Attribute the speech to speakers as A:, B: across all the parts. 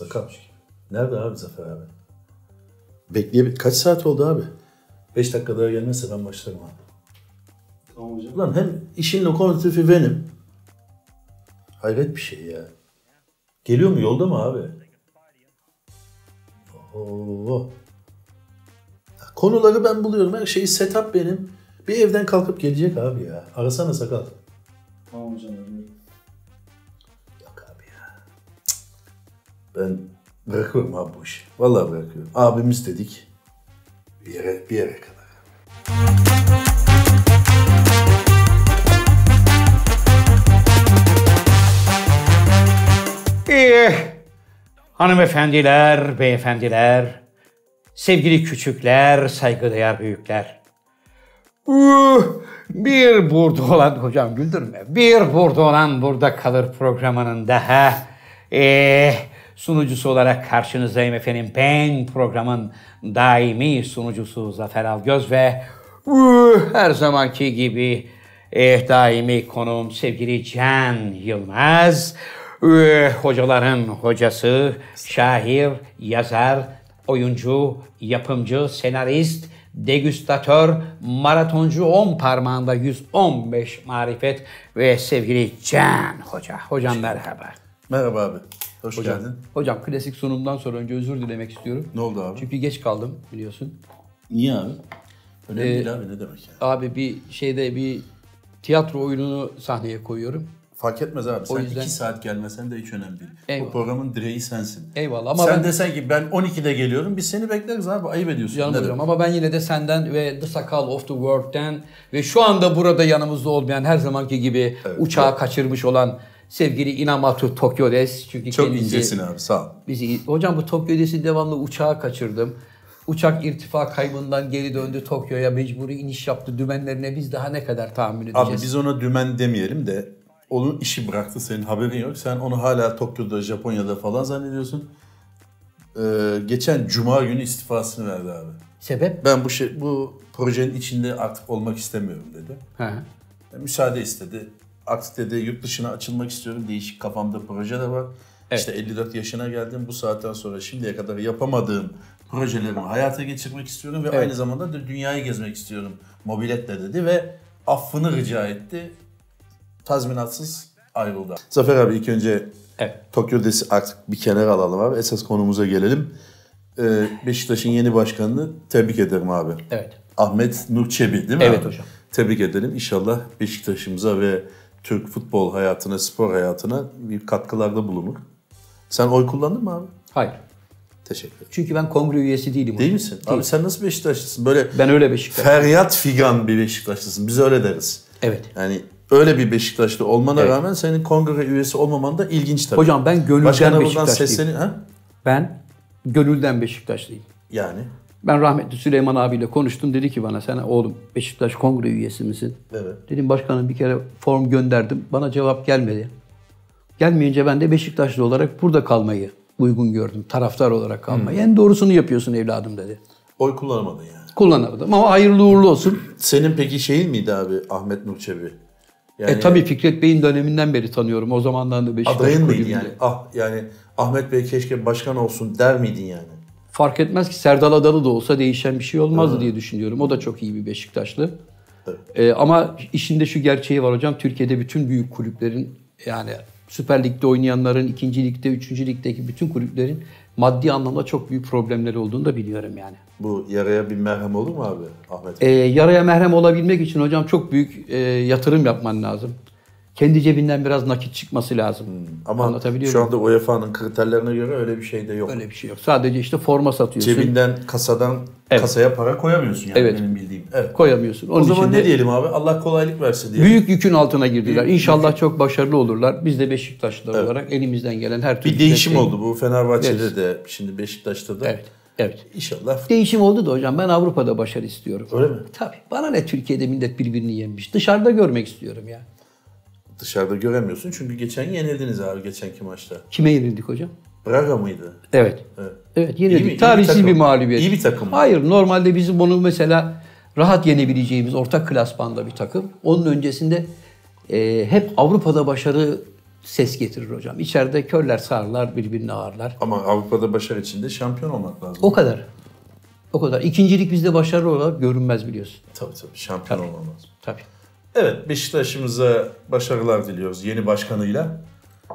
A: Sakarmış. Nerede abi Zafer abi?
B: Bekleye kaç saat oldu abi?
A: 5 dakikada gelmezse ben başlarım abi.
C: Tamam hocam.
B: Ulan hem işin lokomotifi benim. Hayret bir şey ya.
A: Geliyor mu yolda mı abi? Oo.
B: Konuları ben buluyorum. Her şeyi setup benim. Bir evden kalkıp gelecek abi.
A: Abi ya arasana sakal.
C: Tamam hocam. arıyorum.
A: Yok abi ya. Cık. Ben bırakıyorum abi bu işi. Vallahi bırakıyorum. Abimiz dedik. Bir yere, bir yere kadar.
D: Eh, hanımefendiler, beyefendiler, sevgili küçükler, saygıdeğer büyükler. Uh, bir burada olan, hocam güldürme, bir burada olan burada kalır programının daha eh, sunucusu olarak karşınızdayım efendim. Ben programın daimi sunucusu Zafer Algöz ve uh, her zamanki gibi eh, daimi konuğum sevgili Can Yılmaz. Eh, hocaların hocası, şair, yazar, oyuncu, yapımcı, senarist, degüstatör, maratoncu 10 parmağında 115 marifet ve sevgili Can Hoca. Hocam merhaba.
B: Merhaba abi. Hoş
D: Hocam,
B: geldin.
D: hocam klasik sunumdan sonra önce özür dilemek istiyorum.
B: Ne oldu abi?
D: Çünkü geç kaldım biliyorsun.
B: Niye abi?
D: Ee,
B: Önemli değil abi ne demek ya.
D: Abi bir şeyde bir tiyatro oyununu sahneye koyuyorum.
B: Fark etmez abi. Sen
D: yüzden-
B: iki saat gelmesen de hiç önemli değil.
D: Eyvallah.
B: Bu programın direği sensin.
D: Eyvallah ama
B: Sen
D: ben
B: desen ki ben 12'de geliyorum biz seni bekleriz abi. Ayıp ediyorsun.
D: Canım
B: Ne
D: hocam
B: demek?
D: ama ben yine de senden ve The Sakal of the World'den ve şu anda burada yanımızda olmayan her zamanki gibi uçağı kaçırmış olan sevgili Inamatu Tokyodes. Çünkü
B: Çok
D: kendisi
B: incesin abi sağ ol.
D: bizi hocam bu Tokyo'desi devamlı uçağı kaçırdım. Uçak irtifa kaybından geri döndü Tokyo'ya mecburi iniş yaptı dümenlerine biz daha ne kadar tahammül
B: Abi
D: edeceğiz?
B: biz ona dümen demeyelim de onun işi bıraktı senin haberin yok. Sen onu hala Tokyo'da, Japonya'da falan zannediyorsun. Ee, geçen cuma günü istifasını verdi abi.
D: Sebep?
B: Ben bu şey, bu projenin içinde artık olmak istemiyorum dedi.
D: Ha.
B: E, Müsaade istedi. Artık dedi yurt dışına açılmak istiyorum. Değişik kafamda proje de var. İşte 54 yaşına geldim. Bu saatten sonra şimdiye kadar yapamadığım projelerimi hayata geçirmek istiyorum ve aynı zamanda da dünyayı gezmek istiyorum mobiletle dedi ve affını rica etti. Tazminatsız ayrıldı. Zafer abi ilk önce
D: Evet.
B: Tokyo'desi artık bir kenara alalım abi. Esas konumuza gelelim. Ee, Beşiktaş'ın yeni başkanını tebrik ederim abi.
D: Evet.
B: Ahmet Nur Çebi değil mi?
D: Evet
B: abi?
D: hocam.
B: Tebrik edelim. İnşallah Beşiktaş'ımıza ve Türk futbol hayatına, spor hayatına bir katkılarda bulunur. Sen oy kullandın mı abi?
D: Hayır.
B: Teşekkür ederim.
D: Çünkü ben kongre üyesi değilim.
B: Değil
D: hocam.
B: misin? Abi sen nasıl Beşiktaşlısın? Böyle
D: Ben öyle Beşiktaş.
B: feryat figan bir Beşiktaşlısın. Biz öyle deriz.
D: Evet.
B: Yani öyle bir Beşiktaşlı olmana
D: Evet.
B: rağmen senin kongre üyesi olmaman da ilginç tabii.
D: Hocam ben gönülden
B: Başkana buradan
D: Beşiktaşlıyım.
B: sesleni- Ha?
D: Ben gönülden Beşiktaşlıyım.
B: Yani.
D: Ben rahmetli Süleyman abiyle konuştum. Dedi ki bana sen oğlum Beşiktaş kongre üyesi misin?
B: Evet.
D: Dedim başkanım bir kere form gönderdim. Bana cevap gelmedi. Gelmeyince ben de Beşiktaşlı olarak burada kalmayı uygun gördüm. Taraftar olarak
B: Hmm.
D: kalmayı. En doğrusunu yapıyorsun evladım dedi.
B: Oy kullanamadın yani.
D: Kullanamadım ama hayırlı uğurlu olsun.
B: Senin peki şeyin miydi abi Ahmet Nur Çebi? Yani
D: E tabii Fikret Bey'in döneminden beri tanıyorum. O zamandan da Beşiktaş
B: Adayın mıydı
D: kulübünde.
B: yani? Ah yani Ahmet Bey keşke başkan olsun der miydin yani?
D: Fark etmez ki Serdal Adalı da olsa değişen bir şey olmazdı diye düşünüyorum. O da çok iyi bir Beşiktaşlı. Ee, ama işinde şu gerçeği var hocam. Türkiye'de bütün büyük kulüplerin yani Süper Lig'de oynayanların, ikinci ligde, üçüncü ligdeki bütün kulüplerin maddi anlamda çok büyük problemleri olduğunu da biliyorum yani.
B: Bu yaraya bir merhem olur mu abi Ahmet Bey?
D: Ee, yaraya merhem olabilmek için hocam çok büyük e, yatırım yapman lazım. Kendi cebinden biraz nakit çıkması lazım.
B: Hmm, Ama
D: anlatabiliyor
B: şu
D: muyum?
B: anda UEFA'nın kriterlerine göre öyle bir şey de yok.
D: Öyle bir şey yok. Sadece işte forma satıyorsun.
B: Cebinden, kasadan,
D: Evet.
B: kasaya para koyamıyorsun yani
D: Evet.
B: benim bildiğim. Evet.
D: Koyamıyorsun. Onun
B: o zaman
D: için de-
B: ne diyelim abi? Allah kolaylık versin diye.
D: Büyük yükün altına girdiler. İnşallah çok başarılı olurlar. Biz de Beşiktaşlılar olarak elimizden gelen her türlü
B: bir değişim
D: desteği-
B: oldu bu Fenerbahçe'de
D: Evet.
B: de, şimdi Beşiktaş'ta da.
D: Evet. Evet.
B: İnşallah.
D: Değişim oldu da hocam ben Avrupa'da başarı istiyorum.
B: Öyle mi?
D: Tabii. Bana ne Türkiye'de millet birbirini yenmiş. Dışarıda görmek istiyorum ya.
B: Dışarıda göremiyorsun çünkü geçen yenildiniz abi geçenki maçta.
D: Kime yenildik hocam?
B: Braga mıydı?
D: Evet.
B: Evet.
D: Evet
B: İyi mi- iyi
D: yenildik.
B: bir
D: Tarihsiz
B: takım.
D: bir mağlubiyet.
B: İyi bir takım.
D: Hayır normalde bizim bunu mesela rahat yenebileceğimiz ortak klasmanda bir takım. Onun öncesinde e, hep Avrupa'da başarı ses getirir hocam. İçeride körler sağırlar, birbirini ağırlar.
B: Ama Avrupa'da başarı içinde şampiyon olmak lazım.
D: O kadar. O kadar. İkincilik bizde başarılı olarak görünmez biliyorsun.
B: Tabii tabii şampiyon olmak lazım.
D: Tabii.
B: Evet Beşiktaş'ımıza başarılar diliyoruz yeni başkanıyla.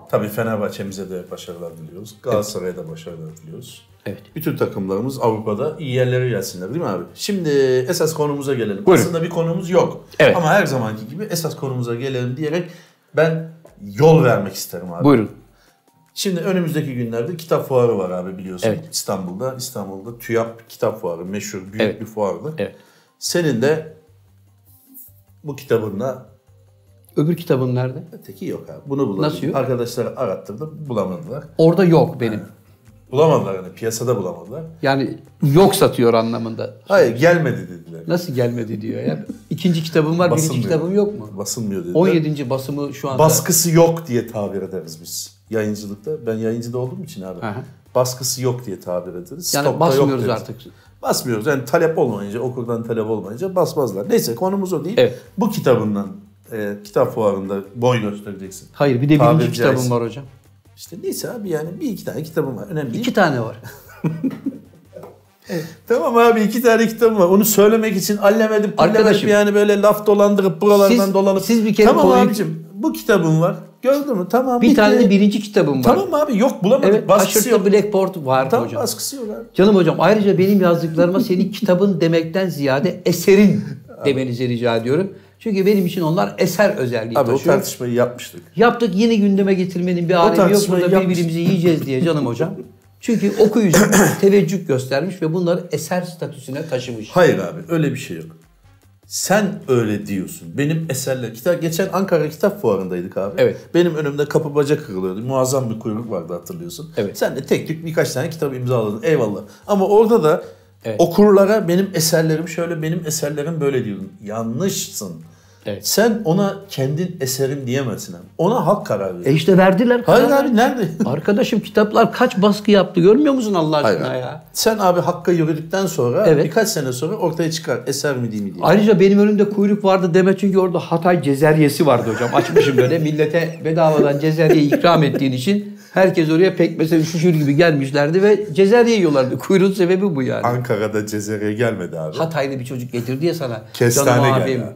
B: Tabii Fenerbahçe'mize de başarılar diliyoruz. Galatasaray'a da başarılar diliyoruz.
D: Evet.
B: Bütün takımlarımız Avrupa'da iyi yerlere gelsinler değil mi abi? Şimdi esas konumuza gelelim.
D: Buyurun.
B: Aslında bir konumuz yok.
D: Evet.
B: Ama her zamanki gibi esas konumuza gelelim diyerek ben yol vermek isterim abi.
D: Buyurun.
B: Şimdi önümüzdeki günlerde kitap fuarı var abi biliyorsun
D: Evet.
B: İstanbul'da. İstanbul'da TÜYAP Kitap Fuarı meşhur büyük
D: Evet.
B: bir fuardı.
D: Evet.
B: Senin de bu kitabınla
D: Öbür kitabım nerede?
B: öteki yok abi. Bunu bulabildim.
D: Nasıl yok?
B: Arkadaşları arattırdım bulamadılar.
D: Orada yok benim.
B: Bulamadılar yani piyasada bulamadılar.
D: Yani yok satıyor anlamında.
B: Hayır gelmedi dediler.
D: Nasıl gelmedi diyor ya. İkinci kitabım var, birinci
B: Basılmıyor.
D: kitabım yok mu?
B: Basılmıyor dediler.
D: 17. basımı şu anda.
B: Baskısı yok diye tabir ederiz biz yayıncılıkta. Ben yayıncıda olduğum için abi.
D: Aha.
B: Baskısı yok diye tabir ederiz.
D: yani
B: Stokta yok
D: basmıyoruz
B: deriz.
D: artık.
B: Basmıyoruz. Yani talep olmayınca, okurdan talep olmayınca basmazlar. Neyse konumuz o değil.
D: Evet.
B: Bu kitabından, e, kitap fuarında boy göstereceksin.
D: Hayır bir de
B: Tabiri
D: birinci
B: caizse.
D: kitabım var hocam.
B: İşte neyse abi yani bir iki tane kitabım var. Önemli değil.
D: İki tane var.
B: Tamam abi iki tane kitabım var. Onu söylemek için allemedim,
D: Arkadaşım.
B: Arkadaşım yani böyle laf dolandırıp buralardan
D: Siz-
B: dolanıp.
D: siz bir kere
B: Tamam
D: konuyu-
B: abicim bu kitabım var. Gördün mü? Tamam.
D: Bir
B: bitti.
D: tane de birinci kitabım var.
B: Tamam abi yok bulamadık.
D: Evet,
B: baskısı yok.
D: Aşırtı Blackboard var
B: Tam
D: hocam.
B: baskısı yok abi.
D: Canım hocam ayrıca benim yazdıklarıma senin kitabın demekten ziyade eserin demenizi rica ediyorum. Çünkü benim için onlar eser özelliği
B: Abi o
D: taşıyor.
B: tartışmayı yapmıştık.
D: Yaptık yine gündeme getirmenin bir alemi yok.
B: tartışmayı
D: Burada
B: yapmış.
D: birbirimizi yiyeceğiz diye canım hocam. Çünkü okuyucu teveccüh göstermiş ve bunları eser statüsüne taşımış.
B: Hayır abi öyle bir şey yok. Sen öyle diyorsun. Benim eserler kitap geçen Ankara Kitap Fuarı'ndaydık abi.
D: Evet.
B: Benim önümde kapı baca kırılıyordu. Muazzam bir kuyruk vardı hatırlıyorsun.
D: Evet.
B: Sen de tek tük birkaç tane kitap imzaladın. Eyvallah. Ama orada da
D: Evet.
B: okurlara benim eserlerim şöyle benim eserlerim böyle diyordun. Yanlışsın.
D: Evet.
B: Sen ona kendin eserim diyemezsin abi. Ona halk karar verir.
D: E işte verdiler.
B: Hayır
D: karar.
B: abi nerede?
D: Arkadaşım kitaplar kaç baskı yaptı görmüyor musun Allah
B: Hayır
D: aşkına
B: abi.
D: ya?
B: Sen abi hakka yürüdükten sonra
D: Evet.
B: birkaç sene sonra ortaya çıkar eser mi değil mi diye.
D: Ayrıca benim önümde kuyruk vardı deme çünkü orada Hatay cezeryesi vardı hocam. Açmışım böyle millete bedavadan cezerye ikram ettiğin için herkes oraya pekmese üşüşür gibi gelmişlerdi ve cezerye yiyorlardı. Kuyruğun sebebi bu yani.
B: Ankara'da Cezere'ye gelmedi abi.
D: Hataylı bir çocuk getirdi ya sana.
B: Kestane
D: Canım
B: geldi. abi.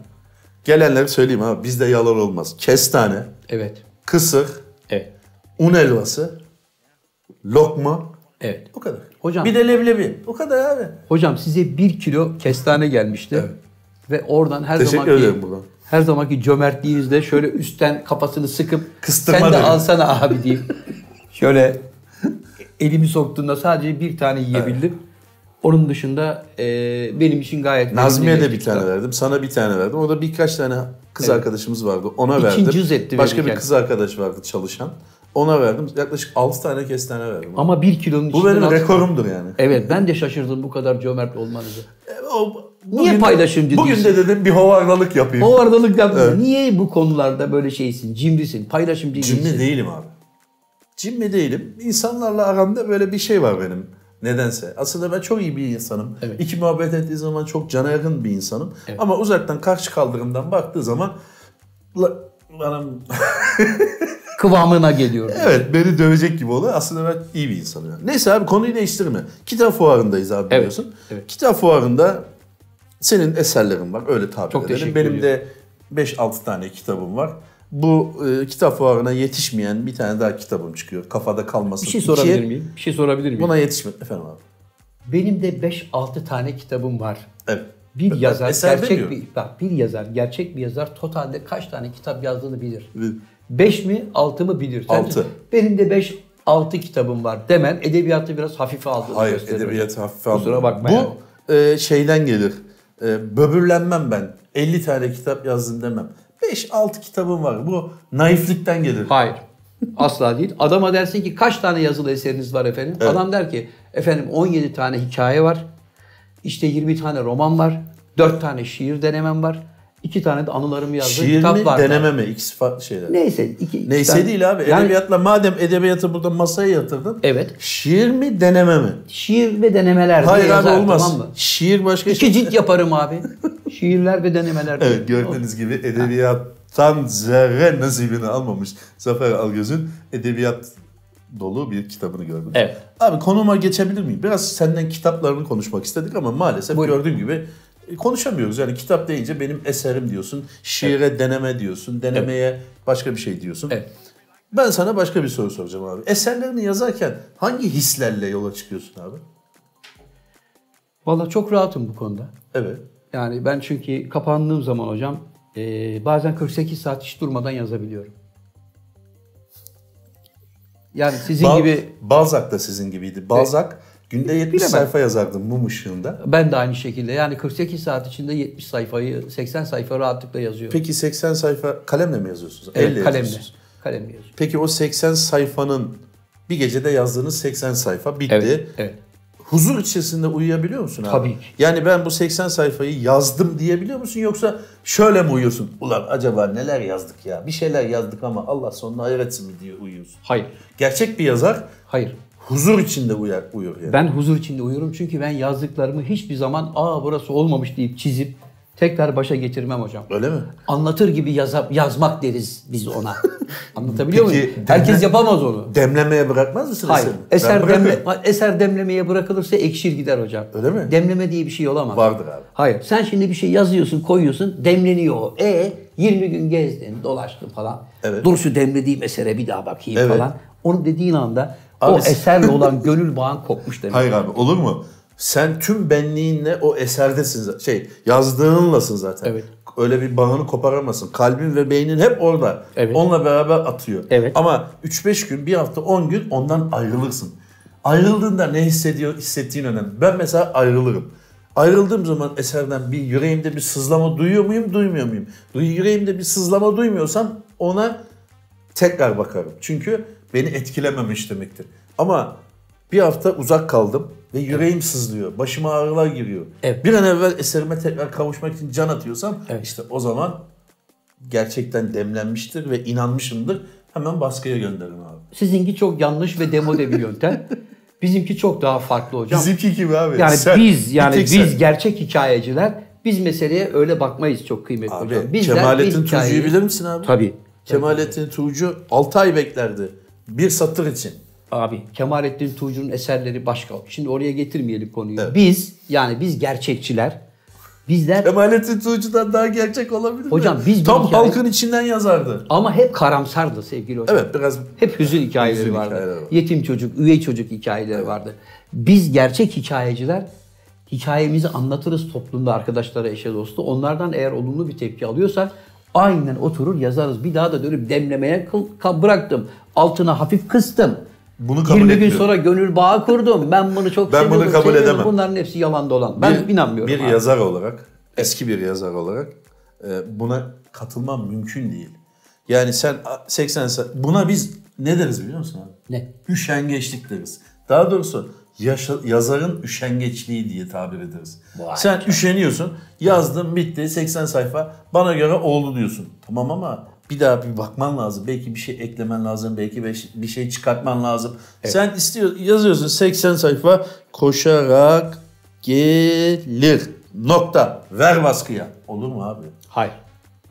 B: Gelenleri söyleyeyim abi bizde yalan olmaz. Kestane,
D: Evet.
B: kısır,
D: Evet.
B: un helvası, lokma
D: Evet.
B: o kadar.
D: Hocam-
B: Bir de leblebi. O kadar abi.
D: Hocam size bir kilo kestane gelmişti. Ve oradan her
B: Teşekkür
D: zamanki
B: ederim buradan.
D: her zamanki cömertliğinizle şöyle üstten kafasını sıkıp
B: Kıstırma
D: sen de
B: dedim."
D: alsana abi deyip şöyle elimi soktuğunda sadece bir tane yiyebildim. Onun dışında e, benim için gayet
B: Nazmiye
D: verimli
B: de bir tane verdim. Sana bir tane verdim. Orada birkaç tane kız arkadaşımız vardı. Ona
D: İkinci
B: verdim.
D: yüz etti
B: Başka bir
D: verirken.
B: kız arkadaş vardı çalışan. Ona verdim. Yaklaşık 6 tane kestane verdim.
D: Ama bir kilonun
B: Bu
D: içinden
B: benim
D: altı-
B: rekorumdur yani. E,
D: Evet ben de şaşırdım bu kadar cömert olmanızı.
B: O-
D: Niye
B: bugün de-
D: paylaşımcı
B: Bugün de dedim bir hovarlalık yapayım.
D: O aralık yapma. Niye bu konularda böyle şeysin, cimrisin, paylaşımcı değilsin?
B: Cimri değilim abi. Cimri değilim. İnsanlarla aramda böyle bir şey var benim. Nedense. Aslında ben çok iyi bir insanım.
D: Evet.
B: İki muhabbet ettiği zaman çok cana yakın bir insanım. Ama uzaktan karşı kaldırımdan baktığı zaman "La- anam
D: Kıvamına geliyor.
B: Evet beni dövecek gibi oluyor. Aslında ben iyi bir insanım. yani. Neyse abi konuyu değiştirme. Kitap fuarındayız abi
D: Evet,
B: biliyorsun.
D: evet.
B: Kitap fuarında senin eserlerin var öyle tabir
D: Çok
B: edelim.
D: teşekkür
B: Benim de 5-6 tane kitabım var. Bu e, kitap fuarına yetişmeyen bir tane daha kitabım çıkıyor. Kafada kalmasın.
D: Bir şey
B: İkiye-
D: sorabilir miyim? Bir şey sorabilir miyim?
B: Buna yetişme efendim abi.
D: Benim de 5-6 tane kitabım var.
B: Evet.
D: Bir yazar
B: eser
D: gerçek
B: demiyorum.
D: bir bak bir yazar gerçek bir yazar totalde kaç tane kitap yazdığını bilir.
B: Ve
D: 5 mi 6 mı bilir. Sen
B: Altı.
D: de, Benim de 5 6 kitabım var demen edebiyatı biraz hafife aldığını
B: Hayır
D: gösterir.
B: edebiyatı hafife aldım.
D: Kusura bakma
B: Bu e, şeyden gelir. E, böbürlenmem ben. 50 tane kitap yazdım demem. 5-6 kitabım var. Bu naiflikten gelir.
D: Hayır. Asla değil. Adama dersin ki kaç tane yazılı eseriniz var efendim? Adam der ki efendim 17 tane hikaye var. İşte 20 tane roman var. 4 tane şiir denemem var. 2 tane de anılarımı yazdığım
B: Şiir
D: kitap
B: mi
D: var.
B: deneme mi? İkisi farklı şeyler.
D: Neyse. Iki, iki
B: Neyse
D: tane-
B: değil abi.
D: Yani
B: Edebiyatla madem edebiyatı burada masaya yatırdın.
D: Evet.
B: Şiir mi deneme mi?
D: şiir ve denemeler diye
B: Hayır abi
D: yazar,
B: olmaz.
D: tamam mı?
B: Şiir başka şey
D: İki cilt yaparım abi. Şiirler ve denemeler. diye.
B: Evet gördüğünüz gibi edebiyat tan zerre nasibini almamış Zafer Algöz'ün edebiyat dolu bir kitabını gördüm.
D: Evet.
B: Abi konuma geçebilir miyim? Biraz senden kitaplarını konuşmak istedik ama maalesef
D: Buyurun.
B: gördüğüm gibi e, konuşamıyoruz. Yani kitap deyince benim eserim diyorsun, şiire deneme diyorsun, denemeye başka bir şey diyorsun.
D: Evet.
B: Ben sana başka bir soru soracağım abi. Eserlerini yazarken hangi hislerle yola çıkıyorsun abi?
D: Valla çok rahatım bu konuda.
B: Evet.
D: Yani ben çünkü kapandığım zaman hocam eee, bazen 48 saat hiç durmadan yazabiliyorum. Yani sizin
B: Ba-
D: gibi E,
B: Balzac da sizin gibiydi. Balzac günde 70
D: bilemem.
B: sayfa yazardı mum ışığında.
D: ben de aynı şekilde yani 48 saat içinde 70 sayfayı 80 sayfa rahatlıkla yazıyorum.
B: Peki 80 sayfa kalemle mi yazıyorsunuz?
D: Evet,
B: Elle
D: kalemle.
B: yazıyorsunuz.
D: Kalemle yazıyorum.
B: Peki o 80 sayfanın bir gecede yazdığınız 80 sayfa bitti.
D: Evet. evet.
B: Huzur içerisinde uyuyabiliyor musun abi?
D: Tabii ki.
B: Yani ben bu 80 sayfayı yazdım diyebiliyor musun yoksa şöyle mi uyuyorsun? Ulan acaba neler yazdık ya? Bir şeyler yazdık ama Allah sonunu hayır etsin mi diye uyuyorsun.
D: Hayır.
B: Gerçek bir yazar
D: Hayır.
B: huzur içinde uyar, uyur yani.
D: Ben huzur içinde uyurum çünkü ben yazdıklarımı hiçbir zaman aa burası olmamış deyip çizip tekrar başa getirmem hocam.
B: Öyle mi?
D: Anlatır gibi yaza- yazmak deriz biz ona. Anlatabiliyor
B: Peki,
D: muyum? Herkes
B: demle-
D: yapamaz onu.
B: Demlemeye bırakmaz mısın
D: Hayır.
B: eseri? Ben
D: Eser, demle,
B: bırakıyorum.
D: eser demlemeye bırakılırsa ekşir gider hocam.
B: Öyle mi?
D: Demleme diye bir şey olamaz.
B: Vardır abi.
D: Hayır. Sen şimdi bir şey yazıyorsun, koyuyorsun, demleniyor o. E 20 gün gezdin, dolaştın falan.
B: Evet.
D: Dur şu demlediğim esere bir daha bakayım
B: Evet.
D: falan. Onu dediğin anda o
B: Abi-
D: eserle olan gönül bağın kopmuş demek.
B: Hayır abi olur mu? Sen tüm benliğinle o eserdesin. za- Şey yazdığınlasın zaten.
D: Evet.
B: Öyle bir bağını koparamazsın. Kalbin ve beynin hep orada.
D: Evet.
B: Onunla beraber atıyor.
D: Evet.
B: Ama 3-5 gün, bir hafta, 10 gün ondan ayrılırsın. Ayrıldığında ne hissediyor, hissettiğin önemli. Ben mesela ayrılırım. Ayrıldığım zaman eserden bir yüreğimde bir sızlama duyuyor muyum, duymuyor muyum? Du- Yüreğimde bir sızlama duymuyorsam ona tekrar bakarım. Çünkü beni etkilememiş demektir. Ama bir hafta uzak kaldım ve yüreğim sızlıyor. Başıma ağrılar giriyor.
D: Evet.
B: Bir an evvel eserime tekrar kavuşmak için can atıyorsam
D: Evet.
B: işte o zaman gerçekten demlenmiştir ve inanmışımdır. Hemen baskıya gönderirim abi.
D: Sizinki çok yanlış ve demode bir yöntem. Bizimki çok daha farklı hocam.
B: Bizimki gibi abi.
D: Yani
B: Sen-
D: biz yani
B: bir
D: biz
B: tek sen.
D: gerçek hikayeciler biz meseleye öyle bakmayız çok kıymetli
B: Abi,
D: hocam. Bizler bir
B: Kemalettin
D: hikayeyi-
B: Tuğcu'yu bilir misin abi?
D: Tabii.
B: Kemalettin Tuğcu 6 ay beklerdi. Bir satır için.
D: Abi Kemalettin Tuğcu'nun eserleri başka. Şimdi oraya getirmeyelim konuyu. Biz yani biz gerçekçiler bizler
B: Kemalettin Tuğcu'dan daha gerçek olabilir mi?
D: Hocam biz bir
B: Tam
D: hikaye-
B: halkın içinden yazardı.
D: ama hep karamsardı sevgili hocam.
B: Evet biraz
D: Hep hüzün hikayeleri
B: Hüzün
D: vardı.
B: hikayeleri var.
D: Yetim çocuk, üvey çocuk hikayeleri vardı. Biz gerçek hikayeciler hikayemizi anlatırız toplumda arkadaşlara, eşe, dostu. Onlardan eğer olumlu bir tepki alıyorsak aynen oturur yazarız. Bir daha da dönüp demlemeye kıl- ka- bıraktım. Altına hafif kıstım.
B: Bunu kabul
D: 20 gün
B: etmiyorum.
D: sonra gönül bağı kurdum. Ben bunu çok
B: Ben bunu
D: seviyorum.
B: kabul
D: seviyorum.
B: edemem.
D: Bunların hepsi yalan dolan. Ben
B: bir,
D: inanmıyorum.
B: Bir
D: abi.
B: yazar olarak, eski bir yazar olarak e, buna katılmam mümkün değil. Yani sen a- 80 sa- buna biz ne deriz biliyor musun abi?
D: Ne?
B: Üşengeçlik deriz. Daha doğrusu yaşa- yazarın üşengeçliği diye tabir ederiz.
D: Vay
B: sen üşeniyorsun, yazdım bitti 80 sayfa bana göre oldu diyorsun. Tamam ama bir daha bir bakman lazım. Belki bir şey eklemen lazım, belki bir- bir şey çıkartman lazım. Sen istiyor yazıyorsun 80 sayfa koşarak gelir. Nokta. Ver baskıya. Olur mu abi?
D: Hayır.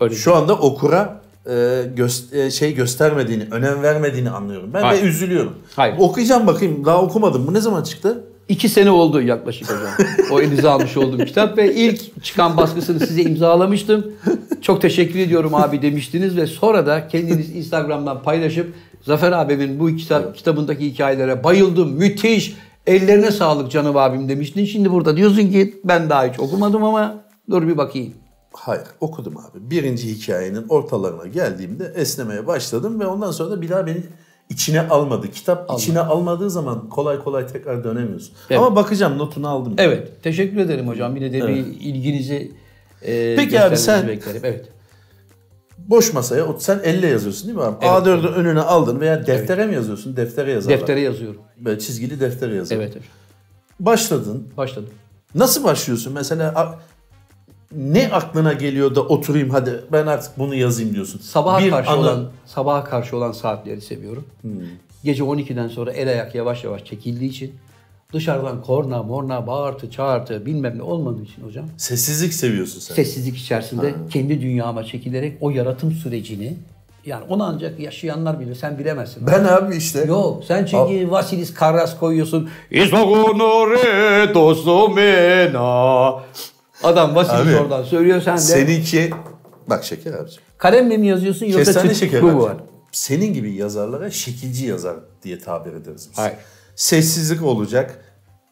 D: Öyle
B: Şu anda okura e, göst- e, şey göstermediğini, önem vermediğini anlıyorum. Ben
D: Hayır.
B: de üzülüyorum.
D: Hayır.
B: Okuyacağım bakayım. Daha okumadım. Bu ne zaman çıktı?
D: İki sene oldu yaklaşık hocam. O elinize almış olduğum kitap ve ilk çıkan baskısını size imzalamıştım. Çok teşekkür ediyorum abi demiştiniz ve sonra da kendiniz Instagram'dan paylaşıp Zafer abimin bu kitap, kitabındaki hikayelere bayıldım, müthiş, ellerine sağlık canım abim demiştin. Şimdi burada diyorsun ki ben daha hiç okumadım ama dur bir bakayım.
B: Hayır. Okudum abi. Birinci hikayenin ortalarına geldiğimde esnemeye başladım ve ondan sonra da bir daha beni içine almadı. Kitap içine almadığı zaman kolay kolay tekrar dönemiyorsun.
D: Evet.
B: Ama bakacağım notunu aldım.
D: Evet, teşekkür ederim hocam. Yine de bir ilginizi e,
B: Peki abi
D: göstermenizi
B: sen-
D: beklerim. Evet.
B: Boş masaya ot- sen elle yazıyorsun değil mi abi? A4'ü önüne aldın veya deftere mi yazıyorsun? Deftere yazarlar.
D: Deftere yazıyorum.
B: Böyle çizgili deftere yazar.
D: Evet hocam.
B: Başladın.
D: Başladım.
B: Nasıl başlıyorsun mesela? a- Ne aklına geliyor da oturayım hadi ben artık bunu yazayım diyorsun.
D: Sabaha
B: Bir
D: karşı
B: anı- Hmm.
D: olan sabaha karşı olan saatleri seviyorum. Gece 12'den sonra el ayak yavaş yavaş çekildiği için Dışarıdan korna, morna, bağırtı, çağırtı bilmem ne olmadığı için hocam.
B: Sessizlik seviyorsun sen.
D: Sessizlik içerisinde kendi dünyama çekilerek o yaratım sürecini yani onu ancak yaşayanlar bilir. Sen bilemezsin.
B: Ben abi işte.
D: Yok sen çünkü Vasilis Karras koyuyorsun.
E: Ismogunore dostumena.
D: Adam Vasilis
B: Abi,
D: oradan söylüyor sen de.
B: Seninki bak şeker abiciğim.
D: Kalemle mi yazıyorsun yoksa
B: Kestane
D: çıt-
B: şeker
D: bu
B: abiciğim.
D: var.
B: Senin gibi yazarlara şekilci yazar diye tabir ederiz biz.
D: Hayır.
B: Sessizlik olacak.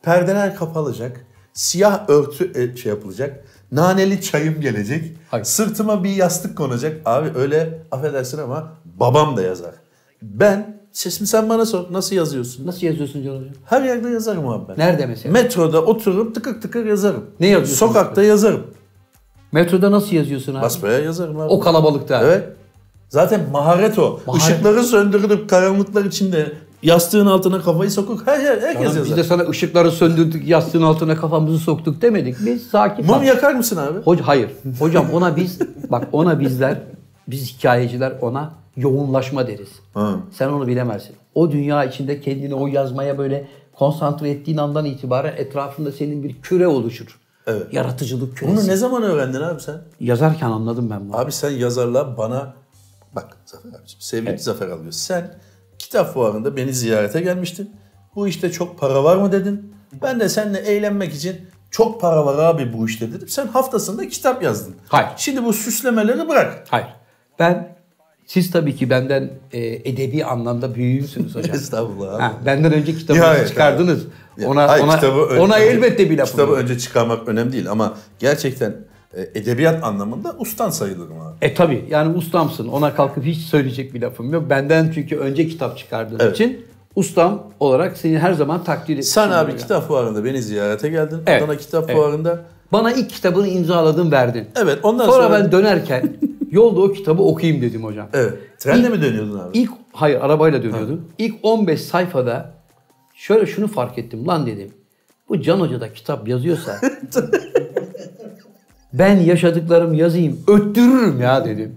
B: Perdeler kapalacak. Siyah örtü e, şey yapılacak. Naneli çayım gelecek.
D: Hayır.
B: Sırtıma bir yastık konacak. Abi öyle affedersin ama babam da yazar. Ben sesimi sen bana sor. Nasıl yazıyorsun?
D: Nasıl yazıyorsun Can Hocam?
B: Her yerde yazarım abi ben.
D: Nerede mesela?
B: Metroda oturup tıkır tıkır yazarım.
D: Ne yazıyorsun?
B: Sokakta yazarım.
D: Metroda nasıl yazıyorsun abi?
B: Basmaya yazarım abi.
D: o kalabalıkta.
B: Evet. Zaten maharet o.
D: Maharet.
B: Işıkları söndürülüp karanlıklar içinde yastığın altına kafayı sokup her yer herkes
D: Oğlum Biz
B: yazar.
D: de sana ışıkları söndürdük, yastığın altına kafamızı soktuk demedik. Biz sakin.
B: Mum yakar mısın abi?
D: Hoca hayır. Hocam ona biz bak ona bizler biz hikayeciler ona yoğunlaşma deriz. Sen onu bilemezsin. O dünya içinde kendini o yazmaya böyle konsantre ettiğin andan itibaren etrafında senin bir küre oluşur.
B: Evet.
D: Yaratıcılık küresi.
B: Bunu ne zaman öğrendin abi sen?
D: Yazarken anladım ben bunu.
B: Abi sen yazarla bana bak Zafer abiciğim sevgili Zafer alıyor. Sen kitap fuarında beni ziyarete gelmiştin. Bu işte çok para var mı dedin. Ben de seninle eğlenmek için çok para var abi bu işte dedim. Sen haftasında kitap yazdın.
D: Hayır.
B: Şimdi bu süslemeleri bırak.
D: Hayır. Ben siz tabii ki benden e, edebi anlamda büyüğümsünüz hocam.
B: Estağfurullah abi.
D: Ha, benden önce kitabınızı
B: Ya, evet,
D: çıkardınız.
B: Ya,
D: Ona
B: hayır,
D: ona
B: kitabı ön-
D: ona
B: önce-
D: elbette bir lafım.
B: Kitabı
D: yok.
B: önce çıkarmak önemli değil ama gerçekten e, edebiyat anlamında ustan sayılırım abi.
D: E tabii yani ustamsın. Ona kalkıp hiç söyleyecek bir lafım yok. Benden çünkü önce kitap çıkardığın için ustam olarak seni her zaman takdir ettim.
B: Sen abi kitap fuarında beni ziyarete geldin.
D: Evet,
B: Adana Kitap
D: evet.
B: Fuarı'nda.
D: Bana ilk kitabını imzaladın verdin.
B: Evet ondan
D: Sonra,
B: sonra...
D: ben dönerken yolda o kitabı okuyayım dedim hocam.
B: Evet. Trenle mi dönüyordun abi?
D: İlk hayır arabayla dönüyordum. İlk 15 sayfada şöyle şunu fark ettim lan dedim. Bu Can Hoca da kitap yazıyorsa ben yaşadıklarımı yazayım öttürürüm ya dedim.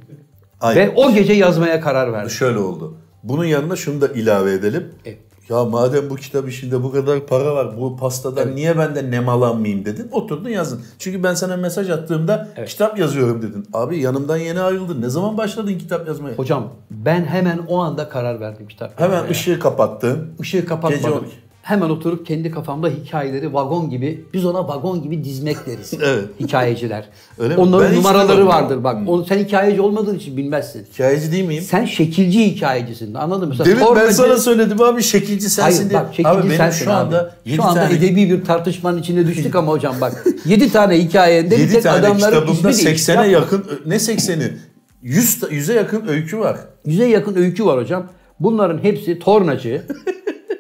B: Hayır.
D: Ve o gece yazmaya karar verdim.
B: Şöyle oldu. Bunun yanına şunu da ilave edelim.
D: Evet.
B: Ya madem bu kitap işinde bu kadar para var, bu pastadan niye ben de nemalanmayayım dedin. Oturdun yazdın. Çünkü ben sana mesaj attığımda kitap yazıyorum dedin. Abi yanımdan yeni ayrıldın. Ne zaman başladın kitap yazmaya?
D: Hocam ben hemen o anda karar verdim kitap.
B: Hemen
D: yazmaya.
B: ışığı kapattın.
D: ışığı
B: Gece
D: kapatmadım.
B: 12.
D: Hemen oturup kendi kafamda hikayeleri vagon gibi, biz ona vagon gibi dizmek deriz
B: Evet.
D: hikayeciler.
B: Öyle mi? Ben
D: Onların
B: hiç
D: numaraları
B: duymadım. Hmm.
D: vardır bak. Onu sen hikayeci olmadığın için bilmezsin.
B: Hikayeci değil miyim?
D: Sen şekilci hikayecisin. Anladın mı? Mesela
B: Demin ben
D: Tornacı-
B: sana söyledim abi şekilci sensin
D: Hayır
B: diye.
D: bak şekilci
B: abi benim
D: sensin
B: şu anda
D: abi.
B: yedi
D: şu anda
B: tane,
D: edebi bir tartışmanın içine düştük ama hocam bak. 7 tane hikayende bir
B: yedi
D: tek
B: tane
D: adamların ismi
B: kitabımda
D: değil.
B: 80'e yakın ne 80'i 100 ta- 100'e yakın öykü var.
D: Yüze yakın öykü var hocam. Bunların hepsi tornacı,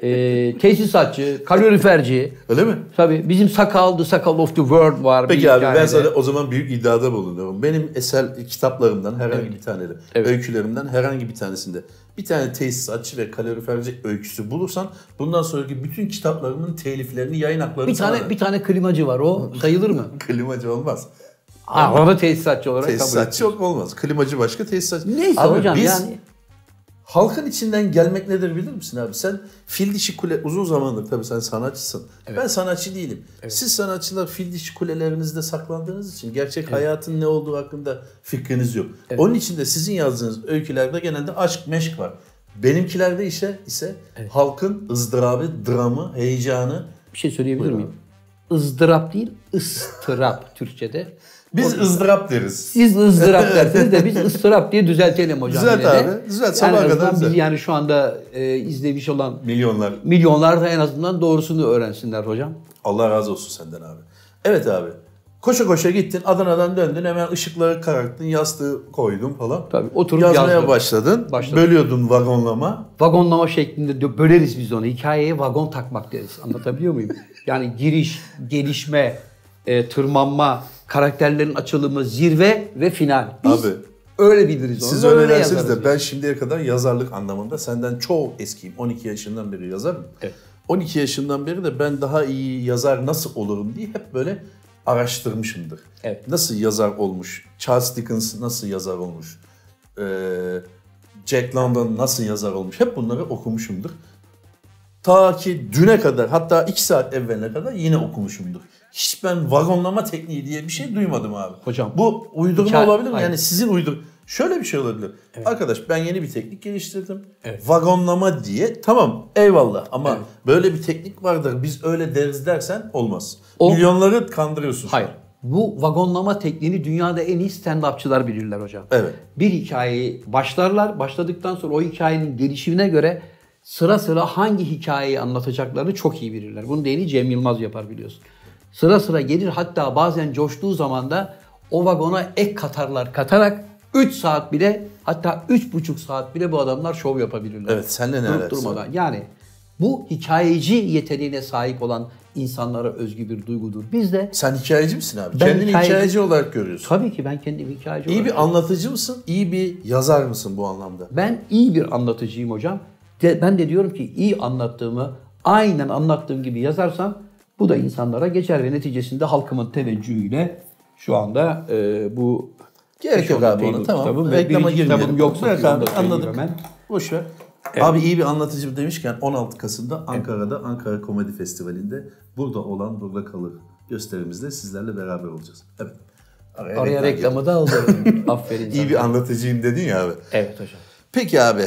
D: e, tesisatçı, kaloriferci.
B: Öyle mi?
D: Tabii bizim Sakal, The Sakal of the World var.
B: Peki
D: bir
B: abi ben
D: hikayede.
B: sana o zaman büyük iddiada bulunuyorum. Benim eser kitaplarımdan herhangi bir tanede,
D: Evet.
B: öykülerimden herhangi bir tanesinde bir tane tesisatçı ve kaloriferci öyküsü bulursan bundan sonraki bütün kitaplarımın teliflerini, yayın haklarını
D: Bir tane
B: sana-
D: bir tane klimacı var o sayılır mı?
B: klimacı olmaz.
D: Aa, onu tesisatçı olarak kabul et.
B: Tesisatçı yok olmaz. Klimacı başka, tesisatçı.
D: Neyse
B: Abi
D: hocam
B: biz
D: yani.
B: Halkın içinden gelmek nedir bilir misin abi? Sen fil dişi kule uzun zamandır tabii sen sanatçısın. Ben sanatçı değilim. Siz sanatçılar fil dişi kulelerinizde saklandığınız için gerçek hayatın ne olduğu hakkında fikriniz yok. Onun için de sizin yazdığınız öykülerde genelde aşk meşk var. Benimkilerde ise ise halkın ızdırabı, dramı, heyecanı.
D: Bir şey söyleyebilir miyim? Izdırap değil, ıstırap Türkçe'de.
B: Biz ızdırap deriz.
D: Siz ızdırap dersiniz de biz ıstırap diye düzeltelim hocam.
B: Düzelt
D: yine de.
B: abi, düzelt. Sabaha
D: Yani en
B: kadar
D: azından biz
B: düzelt.
D: yani şu anda e, izlemiş olan
B: Milyonlar
D: milyonlar da en azından doğrusunu öğrensinler hocam.
B: Allah razı olsun senden abi. Evet abi. Koşa koşa gittin Adana'dan döndün hemen ışıkları kararttın yastığı koydun falan.
D: Tabii, oturup
B: Yazmaya
D: yazdım.
B: başladın.
D: Başladım.
B: Bölüyordun vagonlama.
D: Vagonlama şeklinde de böleriz biz onu. Hikayeye vagon takmak deriz. Anlatabiliyor muyum? Yani giriş, gelişme, e, tırmanma, karakterlerin açılımı, zirve ve final. Biz
B: Abi.
D: öyle biliriz onu.
B: Siz
D: öyle
B: öyle dersiniz
D: yazarız
B: de
D: biz.
B: ben şimdiye kadar yazarlık anlamında senden çok eskiyim. 12 yaşından beri yazarım.
D: Evet.
B: 12 yaşından beri de ben daha iyi yazar nasıl olurum diye hep böyle araştırmışımdır.
D: Evet.
B: Nasıl yazar olmuş? Charles Dickens nasıl yazar olmuş? Ee, Jack London nasıl yazar olmuş? Hep bunları okumuşumdur. Ta ki düne kadar hatta 2 saat evveline kadar yine okumuşumdur. Hiç ben vagonlama tekniği diye bir şey duymadım abi.
D: Hocam,
B: Bu uydurma
D: hikaye-
B: olabilir mi?
D: Hayır.
B: Yani sizin uydur... Şöyle bir şey olabilir. Arkadaş ben yeni bir teknik geliştirdim.
D: Evet.
B: Vagonlama diye tamam eyvallah ama böyle bir teknik vardır biz öyle deriz dersen olmaz.
D: O-
B: Milyonları kandırıyorsun.
D: Hayır. Bu vagonlama tekniğini dünyada en iyi stand-upçılar bilirler hocam.
B: Evet.
D: Bir hikayeyi başlarlar. Başladıktan sonra o hikayenin gelişimine göre sıra sıra hangi hikayeyi anlatacaklarını çok iyi bilirler. Bunu da en iyi Cem Yılmaz yapar biliyorsun. Sıra sıra gelir hatta bazen coştuğu zaman da o vagona ek katarlar katarak 3 saat bile hatta 3,5 saat bile bu adamlar şov yapabilirler.
B: Evet, seninle ne
D: Durup
B: alakası var?
D: durmadan. Yani bu hikayeci yeteneğine sahip olan insanlara özgü bir duygudur. Biz de
B: Sen hikayeci misin abi?
D: Ben
B: Kendini
D: hikayeci-
B: hikayeci olarak görüyorsun.
D: Tabii ki ben kendim hikayeci
B: İyi
D: olarak-
B: bir anlatıcı mısın? İyi bir yazar mısın bu anlamda?
D: Ben iyi bir anlatıcıyım hocam. De, ben de diyorum ki iyi anlattığımı aynen anlattığım gibi yazarsam bu da insanlara geçer ve neticesinde halkımın teveccühüyle şu anda e, bu
B: Gerek yok abi ona tamam. Reklama girmeyelim.
D: yoksa
B: Bırak abi, anladık.
D: anladık. Hemen.
B: Boş ver. Abi iyi bir anlatıcı demişken 16 Kasım'da Ankara'da Ankara Komedi Festivali'nde burada olan burada kalır gösterimizde sizlerle beraber olacağız. Evet. Araya reklam
D: Araya
B: girdi.
D: reklamı da aldım. Aferin sana.
B: İyi bir anlatıcıyım dedin ya abi.
D: Evet hocam.
B: Peki abi.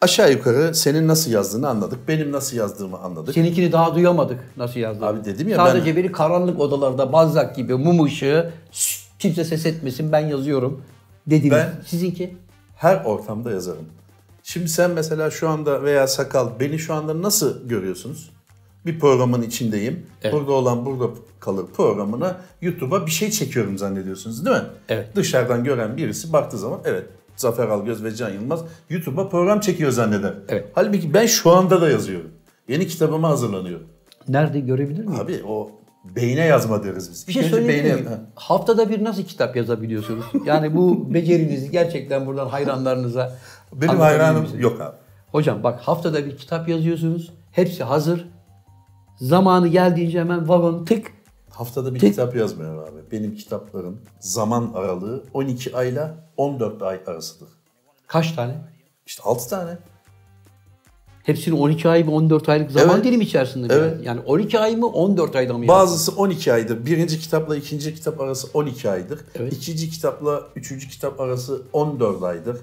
B: Aşağı yukarı senin nasıl yazdığını anladık. Benim nasıl yazdığımı anladık.
D: Seninkini daha duyamadık nasıl yazdığını.
B: Abi dedim ya
D: Sadece
B: ben-
D: biri karanlık odalarda bazlak gibi mum ışığı "Şşt, kimse ses etmesin ben yazıyorum dediniz.
B: Ben-
D: Sizinki?
B: her ortamda yazarım. Şimdi sen mesela şu anda veya sakal beni şu anda nasıl görüyorsunuz? Bir programın içindeyim. Burada olan burada kalır programına YouTube'a bir şey çekiyorum zannediyorsunuz değil mi?
D: Evet.
B: Dışarıdan gören birisi baktığı zaman evet Zafer Algöz ve Can Yılmaz YouTube'a program çekiyor zanneder.
D: Evet.
B: Halbuki ben şu anda da yazıyorum. Yeni kitabıma hazırlanıyorum.
D: Nerede görebilir miyim?
B: Abi o beyne yazma deriz biz.
D: Bir
B: İlk
D: şey
B: önce
D: söyleyebilir
B: beyne-
D: miyim?
B: Ha.
D: Haftada bir nasıl kitap yazabiliyorsunuz? Yani bu becerinizi gerçekten buradan hayranlarınıza
B: Benim
D: anlatabilir
B: hayranım
D: misiniz?
B: yok abi.
D: Hocam bak haftada bir kitap yazıyorsunuz. Hepsi hazır. Zamanı geldiğince hemen vagon tık.
B: Haftada bir
D: Tek-
B: kitap yazmıyorum abi. Benim kitaplarım zaman aralığı 12 ayla 14 ay arasıdır.
D: Kaç tane?
B: İşte 6 tane.
D: Hepsini 12 ay mı 14 aylık zaman
B: Evet.
D: dilimi içerisinde mi?
B: Evet.
D: Yani 12 ay mı 14 ayda mı? yazdınız?
B: Bazısı 12 aydır. Birinci kitapla ikinci kitap arası 12 aydır.
D: Evet.
B: İkinci kitapla üçüncü kitap arası 14 aydır.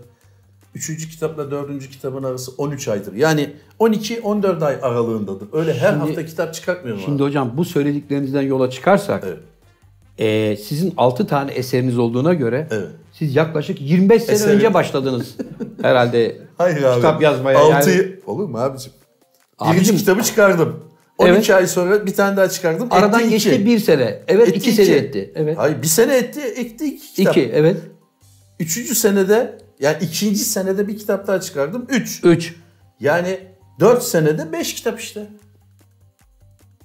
B: Üçüncü kitapla dördüncü kitabın arası 13 aydır. Yani 12-14 ay aralığındadır. Öyle her
D: Şimdi-
B: hafta kitap çıkartmıyorum
D: Şimdi
B: abi.
D: hocam bu söylediklerinizden yola çıkarsak
B: Evet.
D: eee, sizin 6 tane eseriniz olduğuna göre
B: Evet.
D: siz yaklaşık 25 sene
B: Eserim.
D: önce başladınız herhalde
B: Hayır abi.
D: kitap yazmaya.
B: Altıyı-
D: yani.
B: Olur mu abicim?
D: Abicim-
B: Birinci kitabı çıkardım. 12
D: Evet.
B: ay sonra bir tane daha çıkardım.
D: Aradan
B: Etti
D: geçti
B: iki.
D: bir sene. Evet
B: Etti
D: iki sene
B: iki.
D: etti. Evet.
B: Hayır bir sene etti, ekti iki kitap.
D: iki evet.
B: Üçüncü senede yani ikinci senede bir kitap daha çıkardım. Üç.
D: Üç.
B: Yani dört senede beş kitap işte.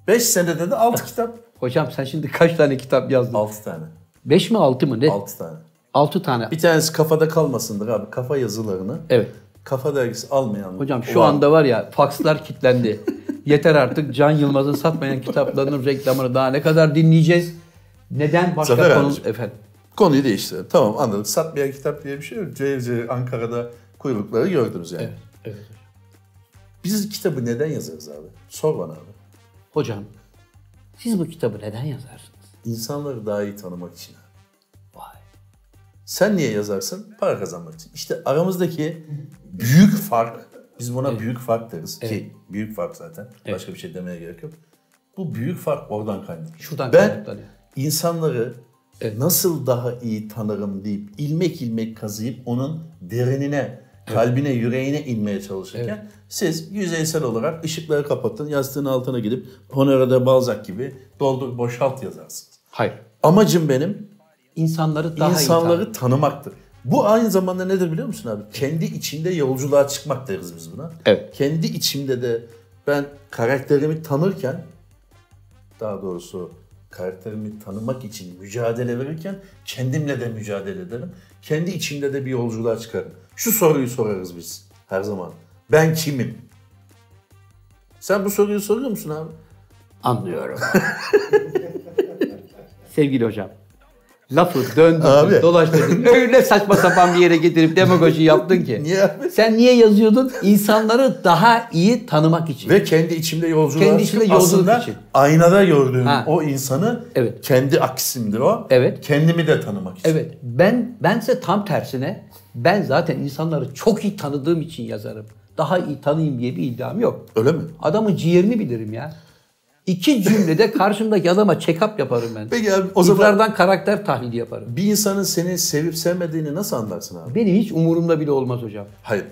B: Beş senede de altı kitap.
D: Hocam sen şimdi kaç tane kitap yazdın?
B: Altı tane.
D: Beş mi altı mı ne?
B: Altı tane.
D: Altı tane.
B: Bir tanesi kafada kalmasındır abi. Kafa yazılarını.
D: Evet.
B: Kafa dergisi almayan.
D: Hocam şu
B: olan-
D: anda var ya fakslar kilitlendi. Yeter artık Can Yılmaz'ın satmayan kitaplarının reklamını daha ne kadar dinleyeceğiz? Neden başka
B: Zafer
D: konu
B: abicim.
D: efendim?
B: Konuyu değiştirelim. Tamam anladık. Satmayan kitap diye bir şey yok. Cehil cehil Ankara'da kuyrukları gördünüz yani.
D: evet.
B: Biz kitabı neden yazarız abi? Sor bana abi.
D: Hocam siz bu kitabı neden yazarsınız?
B: İnsanları daha iyi tanımak için abi.
D: Vay.
B: Sen niye yazarsın? Para kazanmak için. İşte aramızdaki büyük fark, biz buna büyük fark deriz ki büyük fark zaten. Başka bir şey demeye gerek yok. Bu büyük fark oradan kaynaklanıyor.
D: Şuradan
B: ben
D: kaynaklanıyor.
B: insanları nasıl daha iyi tanırım deyip ilmek ilmek kazıyıp onun derinine, kalbine, yüreğine inmeye çalışırken siz yüzeysel olarak ışıkları kapatın, yastığın altına gidip Honora'da Balzac gibi doldur boşalt yazarsınız.
D: Hayır.
B: Amacım benim
D: İnsanları daha iyi
B: insanları
D: tanı-
B: tanımaktır. Bu aynı zamanda nedir biliyor musun abi? Kendi içinde yolculuğa çıkmak deriz biz buna.
D: Evet.
B: Kendi içimde de ben karakterimi tanırken daha doğrusu karakterimi tanımak için mücadele verirken kendimle de mücadele ederim. Kendi içimde de bir yolculuğa çıkarım. Şu soruyu sorarız biz her zaman. Ben kimim? Sen bu soruyu soruyor musun abi?
D: Anlıyorum. Sevgili hocam, Lafı döndürdün,
B: Abi.
D: dolaştırdın. Öyle saçma sapan bir yere getirip demagoji yaptın ki.
B: Niye abi?
D: Sen niye yazıyordun? İnsanları daha iyi tanımak için.
B: Ve kendi içimde yolculuğa
D: Kendi içinde
B: çıkıp
D: yolculuk
B: aslında
D: için.
B: aynada gördüğüm
D: Ha.
B: o insanı
D: Evet.
B: kendi aksimdir o.
D: Evet.
B: Kendimi de tanımak için.
D: Evet. Ben bense tam tersine ben zaten insanları çok iyi tanıdığım için yazarım. Daha iyi tanıyayım diye bir iddiam yok.
B: Öyle mi?
D: Adamın ciğerini bilirim ya. İki cümlede karşımdaki adama check-up yaparım ben.
B: Peki abi, o
D: o
B: zaman-
D: karakter tahlili yaparım.
B: Bir insanın seni sevip sevmediğini nasıl anlarsın abi?
D: Benim hiç umurumda bile olmaz hocam.
B: Hayır.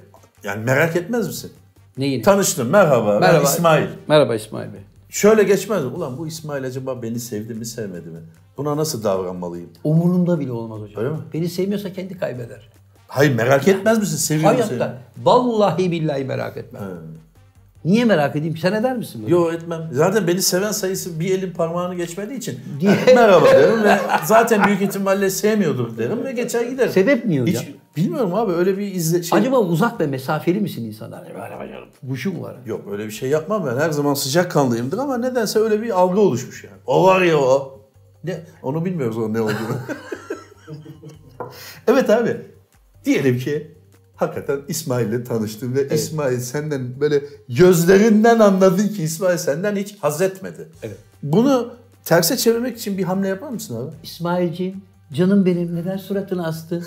B: Yani merak etmez misin?
D: Neyini?
B: Tanıştım. Merhaba.
D: Merhaba.
B: Ben İsmail.
D: Merhaba İsmail Bey.
B: Şöyle geçmez mi? Ulan bu İsmail acaba beni sevdi mi sevmedi mi? Buna nasıl davranmalıyım?
D: Umurumda bile olmaz hocam.
B: Öyle mi?
D: Beni sevmiyorsa kendi kaybeder.
B: Hayır merak etmez misin? Seviyor mu seni?
D: Hayatta vallahi billahi merak etmem. Niye merak edeyim? Sen eder misin bunu?
B: Yok etmem. Zaten beni seven sayısı bir elin parmağını geçmediği için
D: Niye?
B: merhaba derim ve zaten büyük ihtimalle sevmiyordur derim ve geçer giderim.
D: Sebep niye hocam?
B: Hiç bilmiyorum abi öyle bir izle şey.
D: Acaba uzak ve mesafeli misin insanlar? Böyle böyle Buşu mu var?
B: Yok öyle bir şey yapmam ben. Her zaman sıcak kanlıyımdır ama nedense öyle bir algı oluşmuş yani. O var ya o. Ne? Onu bilmiyoruz o ne olduğunu. evet abi. Diyelim ki hakikaten İsmail'le tanıştın ve İsmail senden böyle gözlerinden anladın ki İsmail senden hiç haz etmedi.
D: Evet.
B: Bunu terse çevirmek için bir hamle yapar mısın abi?
D: İsmail'ciğim canım benim neden suratını astın?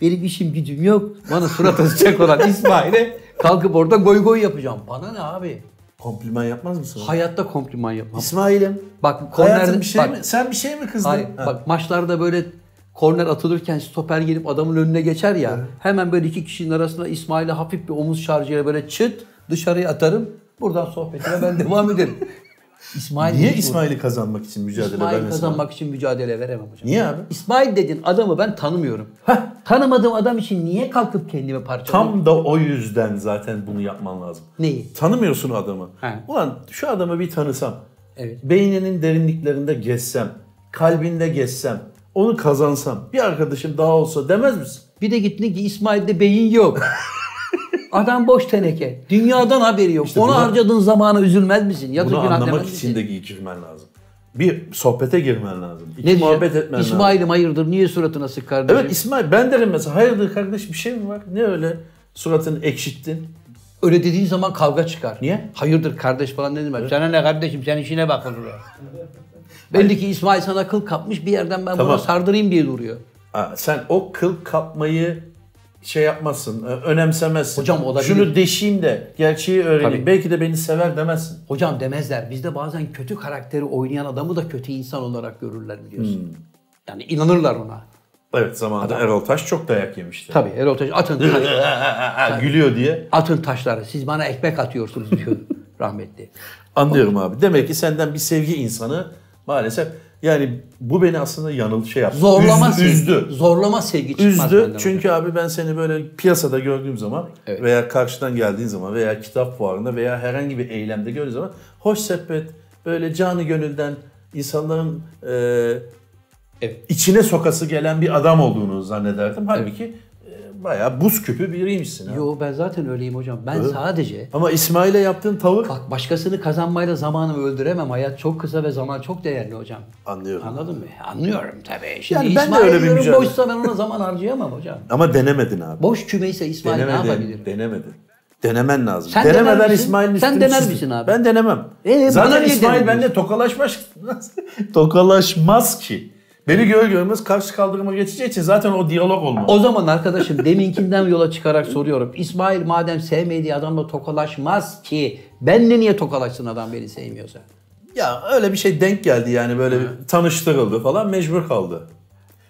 D: Benim işim gücüm yok. Bana surat asacak olan İsmail'e kalkıp orada goy goy yapacağım. Bana ne abi?
B: Kompliman yapmaz mısın? abi?
D: Hayatta kompliman yapmam.
B: İsmail'im.
D: Bak
B: Hayatım
D: kornerde
B: bir şey
D: bak,
B: mi? Sen bir şey mi kızdın?
D: hayır,
B: Ha.
D: bak maçlarda böyle korner atılırken stoper gelip adamın önüne geçer ya. Hemen böyle iki kişinin arasında İsmail'e hafif bir omuz şarjıyla böyle çıt dışarıya atarım. Buradan sohbetime ben devam ederim. İsmail
B: Niye
D: hiç bu-
B: İsmail'i kazanmak için mücadele
D: İsmail
B: vermesin? abi?
D: kazanmak için mücadele veremem hocam.
B: Niye abi?
D: İsmail dedin adamı ben tanımıyorum. Tanımadığım adam için niye kalkıp kendimi parçalayayım?
B: Tam da o yüzden zaten bunu yapman lazım.
D: Neyi?
B: Tanımıyorsun adamı.
D: He.
B: Ulan şu adamı bir tanısam.
D: Evet.
B: Beyninin derinliklerinde gezsem. Kalbinde gezsem. Onu kazansam. Bir arkadaşım daha olsa demez misin?
D: Bir de gittin ki İsmail'de beyin yok. Adam boş teneke. Dünyadan haberi yok. Ona
B: buna-
D: harcadığın zamana üzülmez misin? Yazık
B: Bunu
D: günah
B: anlamak
D: demez
B: için
D: misin?
B: de iyi girmen lazım. Bir sohbete girmen lazım. İki
D: ne diyeceğim?
B: muhabbet etmen lazım.
D: İsmail'im hayırdır niye suratına sık kardeşim?
B: Evet İsmail ben derim mesela hayırdır kardeş bir şey mi var? Ne öyle suratını ekşittin?
D: Öyle dediğin zaman kavga çıkar.
B: Niye?
D: Hayırdır kardeş falan dedim ben. Sana ne kardeşim sen işine bak olur. Belli ki İsmail sana kıl kapmış bir yerden ben
B: Tamam.
D: buna sardırayım diye duruyor.
B: Ha, sen o kıl kapmayı şey yapmazsın, ö- önemsemezsin.
D: Hocam olabilir.
B: Şunu deşeyim de gerçeği öğreneyim.
D: Tabii.
B: Belki de beni sever demezsin.
D: Hocam demezler. Bizde bazen kötü karakteri oynayan adamı da kötü insan olarak görürler biliyorsun.
B: Hmm.
D: Yani inanırlar ona.
B: Evet zamanında Erol Taş çok dayak yemişti.
D: Tabii Erol Taş atın, taş-
B: Gülüyor diye.
D: atın taşları. Siz bana ekmek atıyorsunuz diyor rahmetli.
B: Anlıyorum abi. Demek ki senden bir sevgi insanı maalesef yani bu beni aslında yanıl şey yaptı.
D: Zorlama
B: üzdü.
D: sevgi,
B: üzdü.
D: zorlama sevgi çıkmaz
B: Üzdü
D: benden
B: çünkü abi ben seni böyle piyasada gördüğüm zaman
D: Evet.
B: veya karşıdan geldiğin zaman veya kitap fuarında veya herhangi bir eylemde gördüğüm zaman hoş sepet böyle canı gönülden insanların e,
D: Evet.
B: içine sokası gelen bir adam olduğunu zannederdim. Halbuki e, bayağı buz küpü biriymişsin. ha.
D: Yo ben zaten öyleyim hocam. Ben sadece
B: Ama İsmail'e yaptığın tavır
D: bak başkasını kazanmayla zamanımı öldüremem. Hayat çok kısa ve zaman çok değerli hocam.
B: anlıyorum.
D: Anladın mı? Anlıyorum tabii. Şimdi
B: Yani ben de
D: İsmail
B: öyle bir
D: diyorum,
B: mücadele-
D: boşsa ben ona zaman harcayamam hocam.
B: Ama denemedin abi.
D: Boş kümeyse İsmail ne yapabilir?
B: Denemedin. Denemedin. Denemen lazım.
D: Sen
B: Denemeden
D: dener misin?
B: İsmail'in
D: Sen
B: üstünü
D: dener
B: çizdin.
D: misin abi?
B: Ben denemem.
D: Ee, bana
B: Zaten
D: niye
B: İsmail
D: denemiyorsun?
B: benimle tokalaşmaz. tokalaşmaz ki. Beni görür görmez karşı kaldırıma geçeceği için zaten o diyalog olmaz.
D: O zaman arkadaşım deminkinden yola çıkarak soruyorum. İsmail madem sevmediği adamla tokalaşmaz ki benle niye tokalaşsın adam beni sevmiyorsa?
B: Ya öyle bir şey denk geldi yani böyle bir tanıştırıldı falan mecbur kaldı.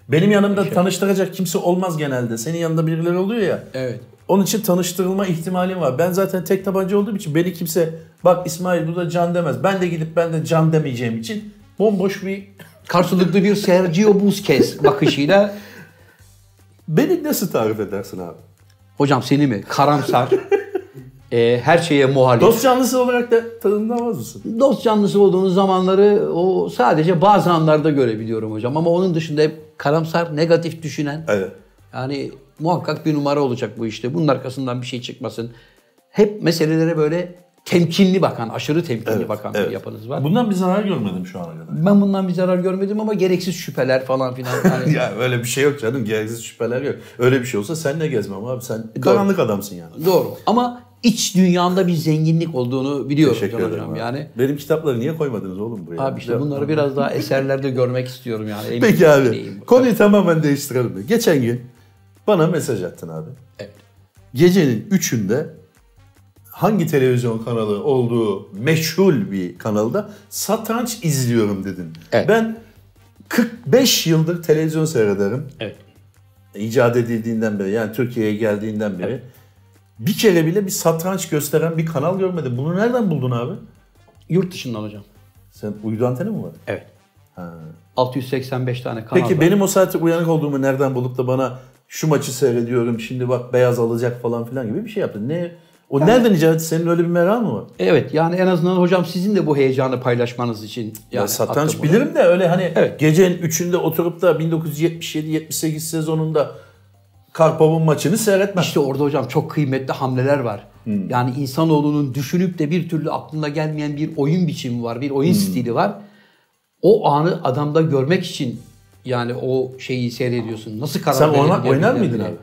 B: Benim yanımda tanıştıracak kimse olmaz genelde. Senin yanında birileri oluyor ya.
D: Evet.
B: Onun için tanıştırılma ihtimalim var. Ben zaten tek tabanca olduğum için beni kimse bak İsmail bu da can demez. Ben de gidip ben de can demeyeceğim için bomboş bir...
D: Karşılıklı bir Sergio Busquets bakışıyla
B: Beni nasıl tarif edersin abi?
D: hocam seni mi karamsar e, her şeye muhalif. Dost,
B: Dost canlısı olarak da tanımlamaz mısın?
D: canlısı olduğunuz zamanları o sadece bazı anlarda görebiliyorum hocam ama onun dışında hep karamsar negatif düşünen
B: Evet.
D: Yani muhakkak bir numara olacak bu işte. Bunun arkasından bir şey çıkmasın. Hep meselelere böyle temkinli bakan, aşırı temkinli bakan
B: evet.
D: bir yapınız var.
B: Bundan bir zarar görmedim şu ana kadar.
D: Ben bundan bir zarar görmedim ama gereksiz şüpheler falan filan. Yani
B: Ya öyle bir şey yok canım. Gereksiz şüpheler yok. Öyle bir şey olsa seninle gezmem abi. Sen karanlık adamsın yani.
D: doğru. Ama iç dünyanda bir zenginlik olduğunu biliyorum
B: Teşekkür
D: Can
B: ederim
D: Hocam
B: abi.
D: yani.
B: Benim kitapları niye koymadınız oğlum buraya?
D: Abi işte
B: Ya-
D: bunları biraz daha eserlerde görmek istiyorum yani. Emin
B: Peki abi.
D: değilim.
B: Konuyu tamamen değiştirelim. Geçen gün bana mesaj attın abi.
D: Evet.
B: Gecenin üçünde hangi televizyon kanalı olduğu meşhur bir kanalda satranç izliyorum dedin.
D: Evet.
B: Ben 45 yıldır televizyon seyrederim.
D: Evet.
B: İcat edildiğinden beri yani Türkiye'ye geldiğinden beri. Bir kere bile bir satranç gösteren bir kanal görmedim. Bunu nereden buldun abi?
D: Yurt dışından hocam.
B: Sen uydu anteni mi var?
D: Evet. 685 tane kanal
B: Peki
D: var.
B: benim o saatte uyanık olduğumu nereden bulup da bana şu maçı seyrediyorum şimdi bak beyaz alacak falan filan gibi bir şey yaptın. Ne? O nereden icat etti? Senin öyle bir merak mı var?
D: Evet yani en azından hocam sizin de bu heyecanı paylaşmanız için.
B: ya
D: Yani
B: satranç
D: attım bunu.
B: bilirim de öyle hani
D: Evet.
B: gecenin üçünde oturup da 1977-78 sezonunda Karpov'un maçını seyretmem.
D: İşte orada hocam çok kıymetli hamleler var.
B: Hmm.
D: Yani insanoğlunun düşünüp de bir türlü aklına gelmeyen bir oyun biçimi var, bir
B: Hmm.
D: oyun stili var. O anı adamda görmek için yani o şeyi seyrediyorsun. Nasıl karar
B: Sen oyna-
D: verebilirim
B: oynar
D: diye
B: mıydın
D: bile.
B: abi?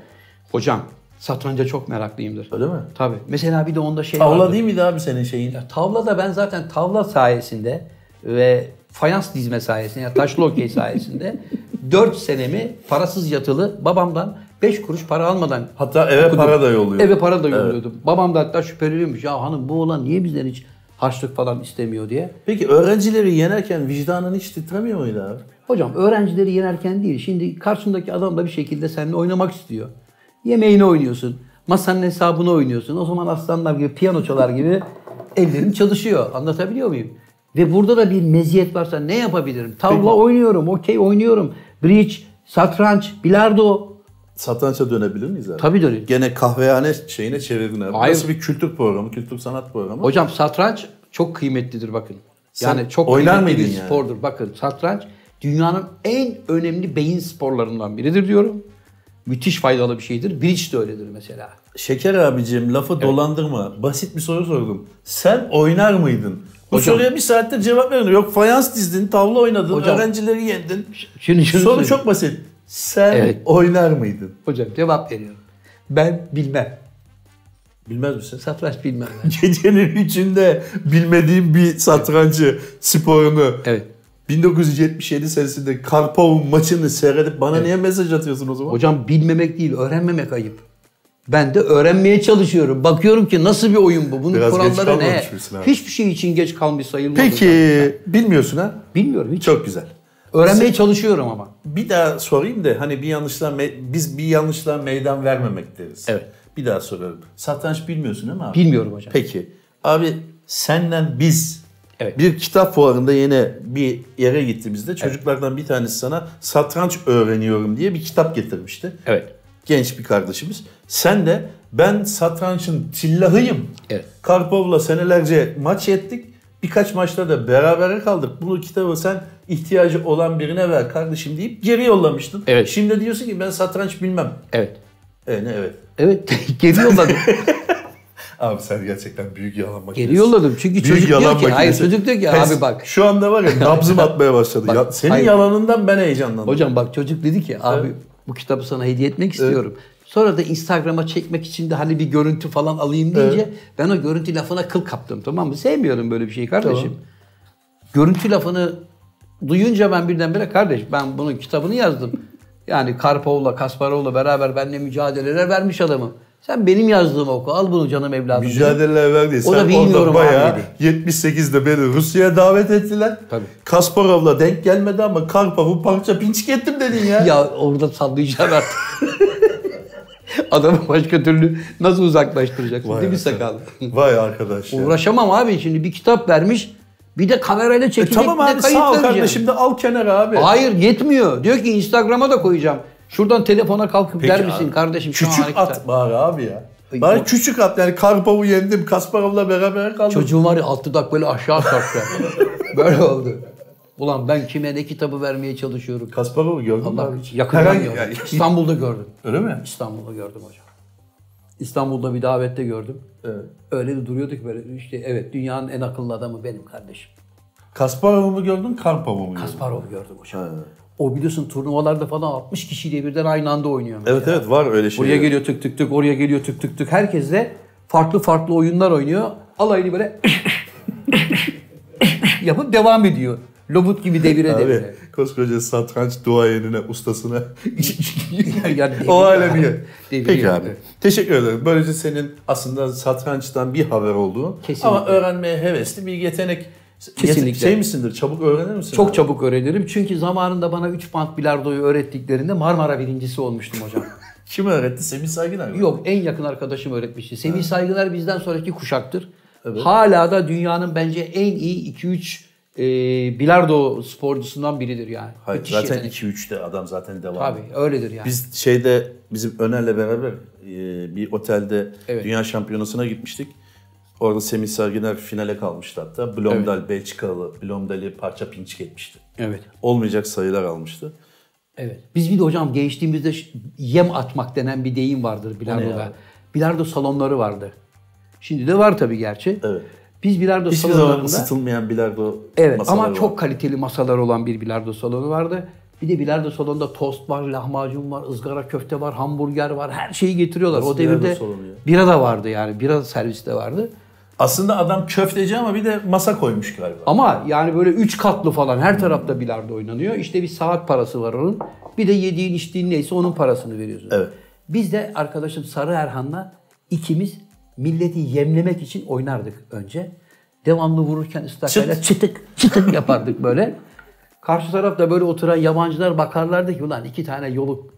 D: Hocam satranca çok meraklıyımdır.
B: Öyle mi?
D: Tabii. Mesela bir de onda şey vardır.
B: Tavla değil miydi abi senin şeyin?
D: Ya tavla da ben zaten tavla sayesinde ve fayans dizme sayesinde yani taşlı okey sayesinde 4 senemi parasız yatılı babamdan 5 kuruş para almadan
B: Hatta eve para da yolluyor.
D: eve para da yolluyordum. Babam da hatta şüpheliymiş ya hanım bu olan niye bizden hiç harçlık falan istemiyor diye.
B: Peki öğrencileri yenerken vicdanın hiç titremiyor muydu abi?
D: Hocam öğrencileri yenerken değil. Şimdi karşındaki adam da bir şekilde seninle oynamak istiyor. Yemeğini oynuyorsun. Masanın hesabını oynuyorsun. O zaman aslanlar gibi, piyanoçalar gibi ellerim çalışıyor. Anlatabiliyor muyum? Ve burada da bir meziyet varsa ne yapabilirim? Tavla oynuyorum, okey oynuyorum. Bridge, satranç, bilardo.
B: Satrança dönebilir miyiz abi?
D: Tabii dönüyor.
B: Gene kahvehane şeyine çevirdin abi.
D: Hayır.
B: Nasıl bir kültür programı, kültür sanat programı?
D: Hocam satranç çok kıymetlidir bakın.
B: Sen
D: Yani çok
B: oynar
D: kıymetli
B: mıydın
D: bir
B: yani?
D: spordur. Bakın satranç dünyanın en önemli beyin sporlarından biridir diyorum. Müthiş faydalı bir şeydir. Bridge de öyledir mesela.
B: Şeker abicim lafı dolandırma. Basit bir soru sordum. Sen oynar mıydın? Bu
D: Hocam-
B: soruya bir saattir cevap verin. Yok fayans dizdin, tavla oynadın,
D: Hocam-
B: öğrencileri yendin.
D: Şimdi şunu
B: Soru
D: söyleyeyim.
B: çok basit. Sen
D: Evet.
B: oynar mıydın?
D: Hocam cevap veriyorum. Ben bilmem.
B: Bilmez misin?
D: Satranç bilmem ben.
B: Gecenin içinde bilmediğim bir satrancı sporunu
D: evet.
B: 1977 senesinde Karpov'un maçını seyredip bana niye mesaj atıyorsun o zaman?
D: Hocam bilmemek değil, öğrenmemek ayıp. Ben de öğrenmeye çalışıyorum. Bakıyorum ki nasıl bir oyun bu? Bunun
B: Biraz geç
D: kuralları ne?
B: kalmamış mısın abi?
D: Hiçbir şey için geç kalmış sayılmaz. hocam.
B: Peki bilmiyorsun ha?
D: Bilmiyorum hiç.
B: Çok güzel.
D: Öğrenmeye çalışıyorum ama.
B: Bir daha sorayım da hani bir yanlışla me- biz bir yanlışla meydan vermemek deriz.
D: Evet.
B: Bir daha soruyorum. Satranç bilmiyorsun değil mi abi?
D: Bilmiyorum hocam.
B: Peki. Abi senle biz
D: Evet.
B: bir kitap fuarında yine bir yere gittiğimizde çocuklardan bir tanesi sana satranç öğreniyorum diye bir kitap getirmişti.
D: Evet.
B: Genç bir kardeşimiz. Sen de ben satrançın tillahıyım.
D: Evet.
B: Karpov'la senelerce maç ettik. Birkaç maçta da berabere kaldık. Bunu kitabı sen ihtiyacı olan birine ver kardeşim deyip geri yollamıştın.
D: Evet.
B: Şimdi diyorsun ki ben satranç bilmem.
D: Evet.
B: E ne evet.
D: Evet. Geri yolladım.
B: Abi sen gerçekten büyük yalan makinesi.
D: Geri yolladım. Çünkü
B: Büyük
D: çocuk diyor
B: yalan
D: ki
B: makinesi.
D: hayır çocuk diyor ki
B: Pes.
D: abi bak.
B: Şu anda var ya nabzım atmaya başladı.
D: Bak,
B: Ya, senin
D: hayır.
B: yalanından ben heyecanlandım.
D: Hocam bak çocuk dedi ki abi bu kitabı sana hediye etmek istiyorum. Sonra da Instagram'a çekmek için de hani bir görüntü falan alayım deyince ben o görüntü lafına kıl kaptım tamam mı? Sevmiyorum böyle bir şey kardeşim. Görüntü lafını duyunca ben birdenbire kardeş ben bunun kitabını yazdım. Yani Karpov'la Kasparov'la beraber benimle mücadeleler vermiş adamı. Sen benim yazdığımı oku al bunu canım evladım. dedim.
B: Mücadeleler verdi.
D: O da
B: Sen orada
D: bilmiyorum
B: bayağı
D: abi
B: 78'de beni Rusya'ya davet ettiler.
D: Tabii.
B: Kasparov'la denk gelmedi ama Karpov'u parça pinçik ettim dedin ya.
D: Ya orada sallayacağım artık. Adamı başka türlü nasıl uzaklaştıracaksın
B: Vay Şey-
D: değil mi
B: arkadaş.
D: sakal?
B: Vay arkadaş ya.
D: Uğraşamam abi şimdi bir kitap vermiş bir de kamerayla
B: E
D: çekecek
B: tamam
D: bir de
B: abi
D: kayıt
B: sağ ol
D: vereceğim.
B: kardeşim de al kenara abi.
D: Hayır yetmiyor. Diyor ki Instagram'a da koyacağım. Şuradan telefona kalkıp der misin kardeşim? şu an
B: Küçük
D: hareket
B: at bari abi ya.
D: Ay,
B: Bari
D: o-
B: küçük at yani Karpov'u yendim Kasparov'la beraber kaldım.
D: Çocuğum var ya alt dudak böyle aşağı sarktı. böyle oldu. Ulan ben kime ne kitabı vermeye çalışıyorum.
B: Kasparov'u gördün mü
D: Allah
B: abi hiç?
D: yakından
B: Herhangi-
D: gördüm.
B: yani-
D: İstanbul'da gördüm.
B: Öyle mi?
D: İstanbul'da gördüm hocam. İstanbul'da bir davette gördüm.
B: Evet.
D: Öyle de duruyordu ki böyle işte evet dünyanın en akıllı adamı benim kardeşim.
B: Kasparov'u mu gördün, Karpov'u mu gördün?
D: Kasparov'u gördüm hocam.
B: Ha.
D: O biliyorsun turnuvalarda falan 60 kişiyle birden aynı anda oynuyor.
B: Evet evet var öyle şey.
D: Buraya geliyor tık tık tık, oraya geliyor tık tık tık. Herkes de farklı farklı oyunlar oynuyor. Alayını böyle yapıp devam ediyor. Lobut gibi devire devire.
B: Abi, koskoca satranç duayenine, ustasına.
D: Yani devir-
B: o alemi ya.
D: Devir
B: Peki
D: ya.
B: abi. Teşekkür ederim. Böylece senin aslında satrançtan bir haber olduğun
D: Kesinlikle.
B: ama öğrenmeye hevesli bir yetenek.
D: Kesinlikle.
B: Şey misindir? Çabuk öğrenir misin?
D: Çok
B: abi?
D: çabuk öğrenirim. Çünkü zamanında bana 3 bant bilardoyu öğrettiklerinde Marmara birincisi olmuştum hocam.
B: Kim öğretti? Semih Saygın abi.
D: Yok en yakın arkadaşım öğretmişti. Semih Saygılar bizden sonraki kuşaktır. Hala da dünyanın bence en iyi 2-3 e, bilardo sporcusundan biridir yani.
B: Hayır,
D: Müthiş
B: zaten
D: yetenek.
B: 2-3'te adam zaten devam.
D: Tabii öyledir yani.
B: Biz şeyde bizim Öner'le beraber e, bir otelde
D: Evet.
B: Dünya Şampiyonası'na gitmiştik. Orada Semih Sarginer finale kalmıştı hatta. Blomdal, Belçikalı Blomdal'i parça pinçik etmişti.
D: Evet.
B: Olmayacak sayılar almıştı.
D: Evet. Biz bir de hocam gençliğimizde ş- yem atmak denen bir deyim vardır
B: Hani
D: bilardoda. Bilardo salonları vardı. Şimdi de var tabii gerçi.
B: Evet.
D: Biz bilardo
B: Hiçbir zaman
D: salonlarında
B: ısıtılmayan bilardo
D: Evet
B: masaları
D: ama çok
B: var.
D: kaliteli masalar olan bir bilardo salonu vardı. Bir de bilardo salonunda tost var, lahmacun var, ızgara köfte var, hamburger var. Her şeyi getiriyorlar.
B: Nasıl
D: o
B: bilardo
D: devirde
B: salonu ya?
D: bira da vardı yani. Bira servis de vardı.
B: Aslında adam köfteci ama bir de masa koymuş galiba.
D: Ama yani böyle üç katlı falan her tarafta bilardo oynanıyor. İşte bir saat parası var onun. Bir de yediğin içtiğin neyse onun parasını veriyorsun.
B: Evet.
D: Biz de arkadaşım Sarı Erhan'la ikimiz milleti yemlemek için oynardık önce. Devamlı vururken ıstakayla çıtık çıtık yapardık böyle. Karşı tarafta böyle oturan yabancılar bakarlardı ki ulan iki tane yoluk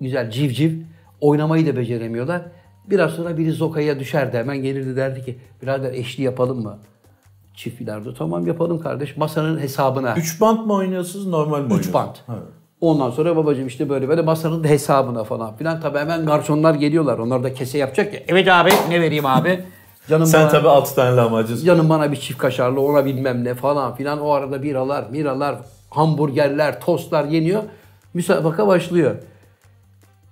D: güzel civciv oynamayı da beceremiyorlar. Biraz sonra biri zokaya düşerdi hemen gelirdi derdi ki birader eşli yapalım mı? Çift bilardo tamam yapalım kardeş masanın hesabına.
B: 3 bant mı oynuyorsunuz normal mi oynuyorsunuz?
D: Üç band. Ondan sonra babacığım işte böyle böyle masanın da hesabına falan filan. Tabii hemen garsonlar geliyorlar. Onlar da kese yapacak ya. Evet abi ne vereyim abi? Canım
B: Sen
D: bana,
B: tabii 6 tane lahmacun.
D: canım bana bir çift kaşarlı ona bilmem ne falan filan. O arada biralar, miralar, hamburgerler, tostlar yeniyor. Müsabaka başlıyor.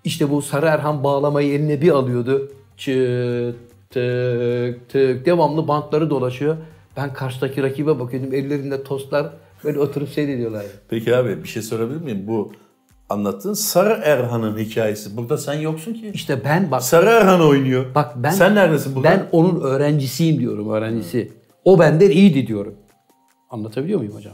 D: İşte bu Sarı Erhan bağlamayı eline bir alıyordu. Çıt tık tık devamlı bantları dolaşıyor. Ben karşıdaki rakibe bakıyordum. Ellerinde tostlar böyle oturup seyrediyorlar.
B: Peki abi bir şey sorabilir miyim? Bu anlattığın Sarı Erhan'ın hikayesi. Burada sen yoksun ki.
D: İşte ben bak
B: Sarı Erhan oynuyor.
D: Bak ben
B: Sen neredesin burada?
D: Ben onun öğrencisiyim diyorum öğrencisi. O benden iyiydi diyorum. Anlatabiliyor muyum hocam?